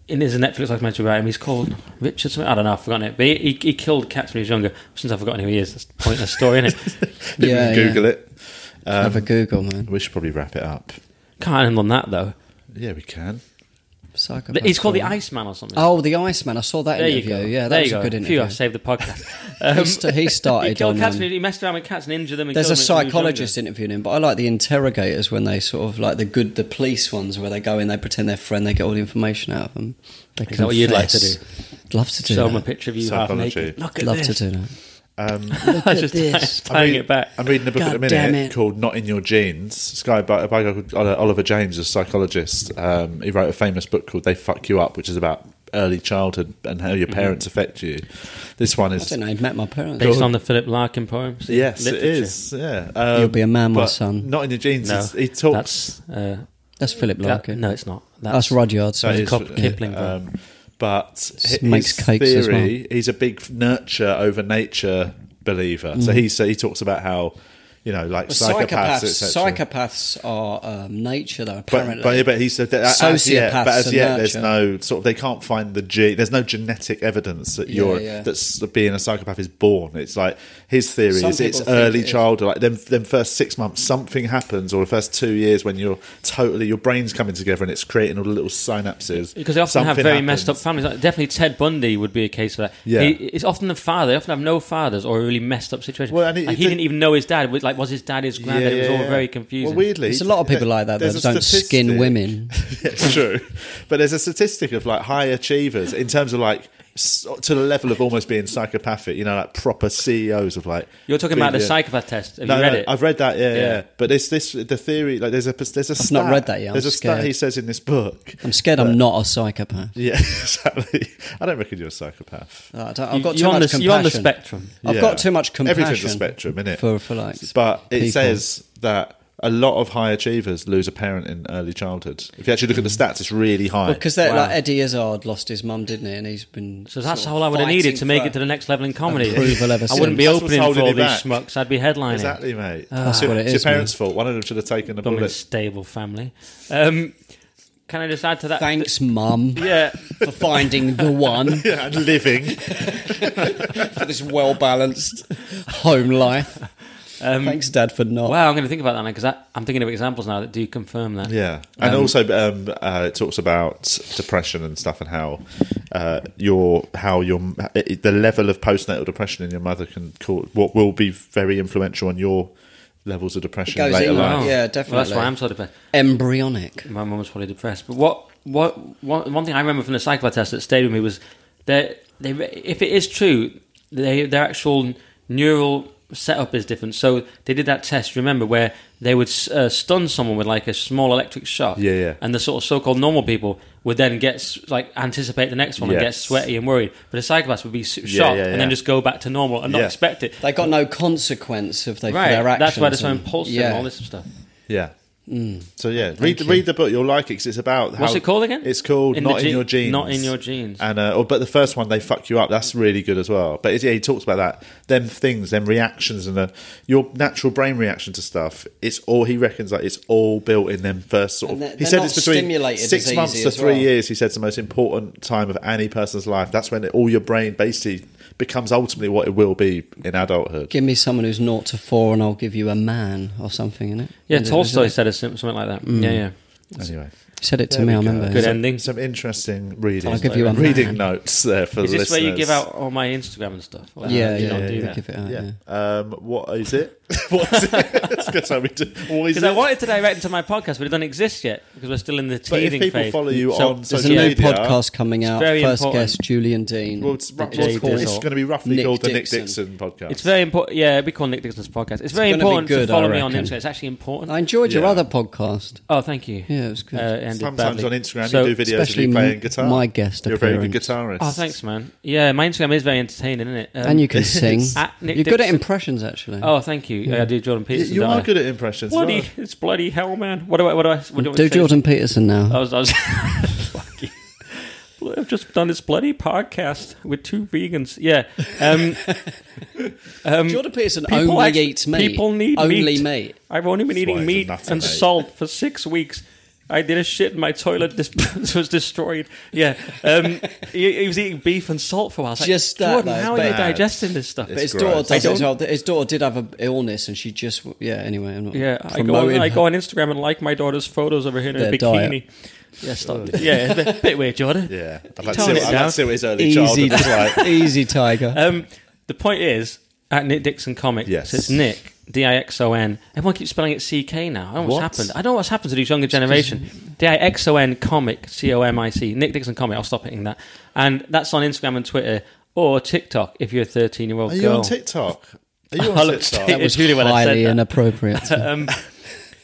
In there's a Netflix documentary about him. He's called Richard something. I don't know. I've forgotten it. But he, he, he killed cats when he was younger. Since I've forgotten who he is, that's the point of the story, isn't it?
You can
Yeah,
Google it.
Mm.
Have
Um,
a Google, man.
We should probably wrap it up.
Can't end on that though.
Yeah, we can.
Psychopath.
He's called the
Iceman.
Iceman or something.
Oh, the Iceman. I saw that
there you
interview.
go.
Yeah, that
there
was a
you go.
good
Phew,
interview.
I've saved the podcast.
he, st- he
he
started
killed
on.
cats.
um,
and he messed around with cats and injured them. And
There's a
killed them when he was
psychologist
younger.
interviewing him, but I like the interrogators when they sort of like the good, the police ones where they go in, they pretend they're friend, they get all the information out of them. They
Is that what you'd like to
confess. I'd love to do.
Show
that.
him a picture of you half
Psychology.
naked. Look
I'd
at
love
this.
to do that.
Um,
Look at
this.
Tying
reading-
it back.
I'm reading a book at
God
the
damn
minute
it.
called "Not in Your Genes." This guy by, by a guy called Oliver James, a psychologist. Um, he wrote a famous book called "They Fuck You Up," which is about early childhood and how
Mm-hmm.
your parents affect you. This one
I
is
don't know. He met my parents.
Based on the Philip Larkin poems.
yes,
Literature.
it is. Yeah, um,
You'll be a man, my
but
son.
Not in your genes.
No,
is- he talks.
That's, uh,
That's Philip
that,
Larkin.
no, it's not.
that's, Rudyard.
that
Sorry.
is-
Cop- Kipling, bro.
Um, but his
makes cakes as
theory, he's a big nurture over nature believer. So he so he talks about how you know like psychopaths,
Mm. psychopaths,
etc.
psychopaths are um, nature, though. Apparently,
But, but, but he said that as yet, but
Sociopaths
as
and
yet there's
nurture.
no sort of they can't find the gene. There's no genetic evidence that
Yeah,
you're
yeah.
that's being a psychopath is born. It's like his theory
Some
is it's
people think
early
it is.
childhood. Like them, them first six months, something happens, or the first two years when you're totally your brain's coming together and it's creating all the little synapses.
Because they often have
Something
very
happens.
messed up families. Like, definitely Ted Bundy would be a case of that.
Yeah.
He, it's often the father. They often have no fathers or a really messed up situation.
Well, and it-
Like,
it-
he didn't even know his dad. Was, like like was his dad, his granddad. it was all very confusing.
Well, weirdly,
There's a lot of people like that that
there's a
don't skin
statistic-
women.
it's true, but there's a statistic of like high achievers in terms of like s- to the level of almost being psychopathic. You know, like proper CEOs of like
You're talking about the
billion-
psychopath test. Have
No,
you read
no,
it?
I've read that. Yeah, yeah.
Yeah.
But it's this the theory. Like, there's a there's a. I've
not read that yet, I'm
There's a
scared.
stat he says in this book.
I'm scared I'm not a psychopath.
Yeah, exactly. I don't reckon you're a psychopath.
I don't- I've
You-
got too
you're on
much
the-
compassion.
you're on the spectrum.
I've
Yeah.
got too much compassion.
Everything's a spectrum, innit?
For, for like,
But it
people.
says that a lot of high achievers lose a parent in early childhood. If you actually look at the stats, it's really high.
Because they're
Wow.
like Eddie Izzard lost his mum, didn't he? And he's been
so that's
sort
all
of
I would have
fighting
needed to make
for-
it to the next level in comedy.
Approval ever
I wouldn't be
since. That's what's
opening for all
holding
these
it back.
schmucks. I'd be headlining.
exactly, mate.
That's
your,
Ah, what it
it's
is,
your parents' fault. One of them should have taken the
From a
bullet.
stable family. Um, can I just add to that?
Thanks, mum,
Yeah.
for finding the one
Yeah, and living.
for this well balanced home life. Thanks, Dad, for not.
Um, Wow, I'm going to think about that now because I'm thinking of examples now that do confirm that.
Yeah, and also um, uh, it talks about depression and stuff, and how uh, your how your it- it- the level of postnatal depression in your mother can cause what will be very influential on your levels of depression
goes
later
in,
life.
Yeah,
Well, that's
definitely.
why I'm so depressed.
Embryonic.
My mum was probably depressed. But what, what one, one thing I remember from the psychopath test that stayed with me was that they, if it is true, they, their actual neural setup is different. So they did that test, remember, where they would uh, stun someone with like a small electric shock.
Yeah, yeah.
And the sort of so-called normal people would then get s- like anticipate the next one and get
Yes.
sweaty and worried. But the psychopaths would be s- shocked
yeah,
and
yeah.
then just go back to normal and not
Yeah.
expect it.
They got no consequence if they for
Right,
their actions.
that's why they're so
and-
impulsive
Yeah.
and all this stuff.
Yeah. So yeah, read read the book. You'll like it 'cause it's about how,
Mm. What's it called again?
It's called
In the
Not in
Ge-
Your Jeans.
Not in Your Jeans.
And uh, oh, but the first one they fuck you up. That's really good as well. But it, yeah, he talks about that. Them things, them reactions, and the, your natural brain reaction to stuff. It's all he reckons like it's all built in them first sort of.
And they're-
he
they're
said
not
it's between
stimulated
six
as
months
easy
to
as
three
well.
years. He said it's the most important time of any person's life. That's when it, all your brain basically becomes ultimately what it will be in adulthood.
Give me someone who's naught to four, and I'll give you a man or something in it.
Yeah, Tolstoy said a sim- something like that.
Mm.
Yeah, yeah.
Anyway.
said it to
There
me. I
we go.
remember.
Good
So-
ending.
Some interesting reading.
I'll give you a
reading
man.
notes there for
Is
the
this where you
listeners.
give out all my Instagram and stuff? Well,
Yeah,
you
yeah,
don't
yeah,
do
we
that.
give it out, yeah.
Yeah. Um, what is it? what is it? That's good. So we do. What is
Because I
it?
wanted to direct into my podcast, but it doesn't exist yet because we're still in the
but if
teething
people
phase.
follow you
So-
on
There's
social
a new
media,
podcast coming out.
very
First
important.
guest, Julian Dean.
Well, it's,
J
it's called-
Dixon.
it's going to be roughly
Nick
called the Nick
Dixon.
Dixon podcast.
It's very important. Yeah, it'd be called Nick Dixon's podcast. It's very
gonna be
important
good,
to follow
I
me on
reckon.
Instagram. It's actually important.
I enjoyed your
Yeah.
other podcast.
oh, thank you.
Yeah, it was good.
Uh, it ended
Sometimes
badly.
on Instagram
So-
you do videos of
especially
you playing
m-
guitar.
my guest
You're a very good guitarist.
appearance.
Oh, thanks, man. Yeah, my Instagram is very entertaining, isn't it? Um,
and you can sing.
At Nick
You're good at
Dixon.
impressions, actually.
Oh, thank you. Yeah, I do Jordan
You,
Peterson.
you
don't
are
I?
good at impressions. as
Bloody,
well.
it's bloody hell, man. What do I? What do I? What do you want me
Do
to say?
Jordan Peterson now.
I was, I was Fuck you. Bl- I've just done this bloody podcast with two vegans. Yeah, um,
Jordan Peterson
people
only
act-
eats meat.
people need
only
meat.
meat.
I've only been
why
eating
he's a
meat
nutter,
and
mate.
salt for six weeks. I did a shit in my toilet. This was destroyed. Yeah, um, he, he was eating beef and salt for a while. I was like,
Just that,
Jordan,
though,
how are
but-
you digesting this stuff?
But
It's
his daughter
gross.
does
I
it as well.
don't-
His daughter did have an illness, and she just yeah. Anyway, I'm not
Yeah, I go, on,
promoting
I
her.
go on Instagram and like my daughter's photos over here in a
Their
bikini.
diet.
Yeah, stop. yeah, a bit, bit weird, Jordan.
Yeah, I'd like to
Tone
see what-
it
I'd like
down.
to see what his early
easy,
childhood was like.
easy tiger.
Um, the point is, at Nick Dixon Comics,
Yes.
it's Nick, D I X O N. Everyone keeps spelling it C K now. I don't know
What?
what's happened. I don't know what's happened to these younger generation. D I X O N Comic, C O M I C. Nick Dixon Comic, I'll stop hitting that. And that's on Instagram and Twitter or TikTok if you're a 13 year old
Are
girl.
you on TikTok? Are you
I
on
looked
TikTok?
at
that
it
was
really well I said
highly
that.
inappropriate.
Um,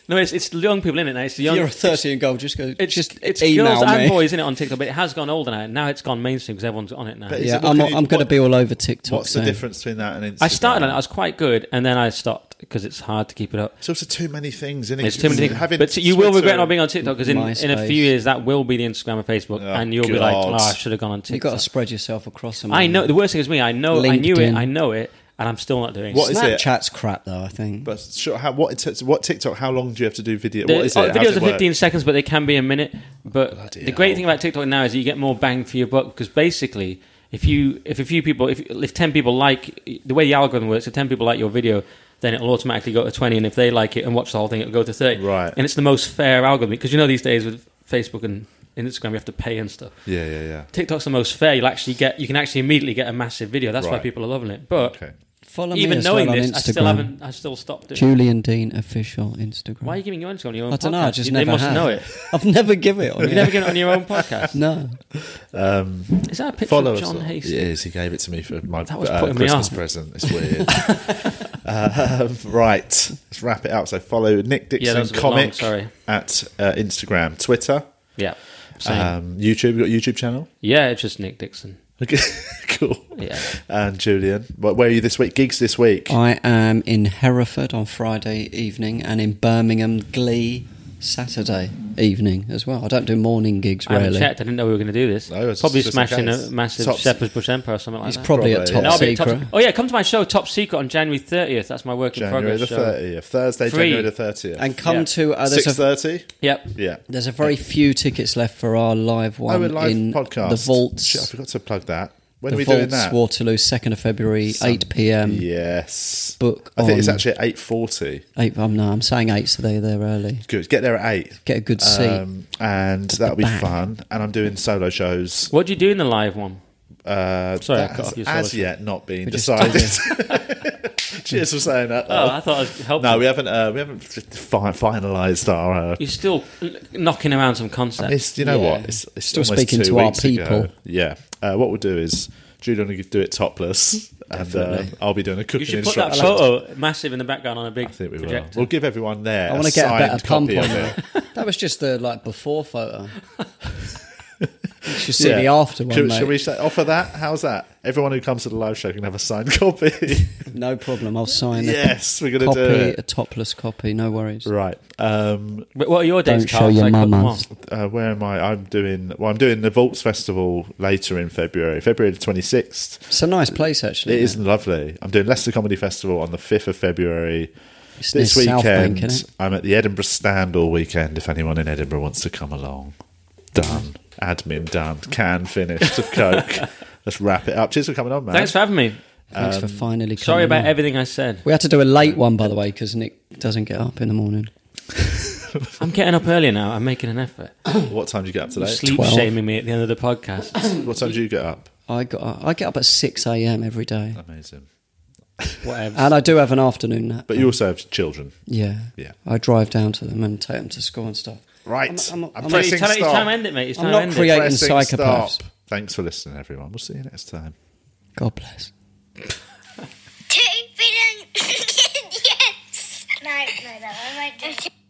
no, it's, it's young people in it now. It's the young.
You're a 13 goal. Just go.
it's
just
it's
email
girls
me.
and boys in it on TikTok, but it has gone older now. Now it's gone mainstream because everyone's on it now.
But
Yeah,
Is it-
I'm,
what can you-
I'm going to
what-
be all over TikTok.
What's the
soon.
difference between that and Instagram?
I started on it. I was quite good, and then I stopped because it's hard to keep it up.
It's also too many things, isn't it?
It's too many things.
Having
But you will regret
Twitter-
not being on TikTok because in, in a
MySpace.
few years that will be the Instagram and Facebook,
Oh,
and you'll be like,
God.
"Oh, I should have gone on
You've got to
TikTok."
spread yourself across them.
I know. The worst thing is me. I know. I knew it.
LinkedIn.
I know it, and I'm still not doing
What
it.
is it?
Snapchat's crap, though. I think.
But sure, how, what it's- what TikTok? How long do you have to do video?
The,
what is it?
oh,
How does
videos
it
are
work?
15 seconds, but they can be a minute. But
Bloody
the great
hell.
thing about TikTok now is that you get more bang for your buck because basically, if you if a few people if if 10 people like the way the algorithm works, if 10 people like your video. Then it'll automatically go to 20, and if they like it and watch the whole thing, it'll go to 30.
Right.
And it's the most fair algorithm because you know these days with Facebook and Instagram, you have to pay and stuff.
Yeah, yeah, yeah.
TikTok's the most fair. You'll actually get, you can actually immediately get a massive video. That's why
Right.
people are loving it. But
Okay.
Follow me
Even
as
knowing
well
this,
on
I
Instagram.
still haven't. I still stopped doing.
Julian Dean official Instagram.
Why are you giving your Instagram on your own
I don't know. I
podcast?
just
You-
never
they must
have.
know it.
I've never given it. On
You never get it on your own podcast.
No,
Um,
Is that a picture
follow
of
us.
John
on-
Hayes?
It is. He gave it to me for my
That was
uh,
putting me
Christmas
off.
present. It's weird. um, right. Let's wrap it up. So follow Nick
Yeah,
Dixon
that was a bit long,
Comic
sorry.
at uh, Instagram, Twitter,
Yeah. Same.
um, YouTube. You got a YouTube channel?
yeah, it's just Nick Dixon.
Okay. cool.
Yeah.
And Julian, wh- where are you this week? Gigs this week.
Oh,
I am in Hereford on Friday evening and in Birmingham Glee Saturday evening as well. I don't do morning gigs
I haven't
really.
checked. I didn't know we were going to do this.
No, it's
probably
just in
smashing
case.
a massive
Top-
Shepherd's Bush Empire or something like
It's
that.
probably,
Probably,
a top
yeah.
No, I'll be at
secret.
Top- oh yeah, come to my show, Top Secret, on January thirtieth. That's my work in
January the
progress show.
thirtieth, Thursday,
Free.
January the thirtieth,
and come
Yeah.
to uh,
six
there's, a,
thirty.
Yep.
Yeah.
there's a very few tickets left for our live
Oh,
one
we're live
in
podcast.
the vaults.
Shit, I forgot to plug that. When
the
are we
vaults,
doing that?
Waterloo, second of February, eight pm.
Yes.
Book
I think it's
on-
actually at eight forty.
Eight. I'm no, I'm saying eight, so they're there early.
Good. Get there at eight.
Get a good seat.
Um, and that'll be
back.
fun. And I'm doing solo shows.
What do you do in the live one?
Uh,
Sorry, I
that
cut
has
off your
as
solo
yet not been
just
decided. Cheers for saying that.
Oh, I thought it was helpful.
no, we haven't. Uh, we haven't fi- finalised our. Uh,
You're still l- knocking around some concepts.
it's you know
Yeah.
what? It's, it's
Still
almost
speaking
two
to our
weeks ago.
people.
Yeah. Uh, what we'll do is Julian will do it topless, and um,
Definitely.
I'll be doing a cooking
You should put
instruction.
that photo massive in the background on a big
I think we will.
projector.
We'll give everyone there.
I
want to
get a better pump
copy
on
of it.
that. That was just the like before photo. you should see
Yeah.
the after one,
Should,
mate.
should we say, offer that? How's that? Everyone who comes to the live show can have a signed copy.
No problem. I'll sign a
yes, we're going to
copy,
do
a
it.
topless copy. No worries.
Right. Um,
But what are your dates,
Don't show
Carl?
your
So I cut them
mamas.
off.
uh, where am I? I'm doing. Well, I'm doing the Vaults Festival later in February, February the 26th.
It's a nice place, actually.
It is
isn't
lovely. I'm doing Leicester Comedy Festival on the 5th of February.
It's
this
near South Bank,
weekend,
innit?
I'm at the Edinburgh Stand all weekend. If anyone in Edinburgh wants to come along, done. Admin done. Can finished of Coke. Let's wrap it up. Cheers for coming on, man.
Thanks for having me.
Thanks
Um,
for finally. Coming
Sorry about
on.
everything I said.
We had to do a late one, by the way, because Nick doesn't get up in the morning.
I'm getting up earlier now. I'm making an effort.
What time do you get up today?
Sleep
12.
shaming me at the end of the podcast.
What time do you get up?
I got. up- I get up at six a.m. every day,
Amazing.
Whatever.
and I do have an afternoon nap.
But you also have children.
yeah,
Yeah.
I drive down to them and take them to school and stuff.
Right.
I'm- I'm- I'm-
Mate,
pressing
it's time, it's time
stop.
to end it, mate. It's
I'm
time
not
to end
creating-
it.
Pressing
psychopaths.
stop. Thanks for listening, everyone. We'll see you next time.
God bless.
Two billion idiots. No, no, no, I won't do it.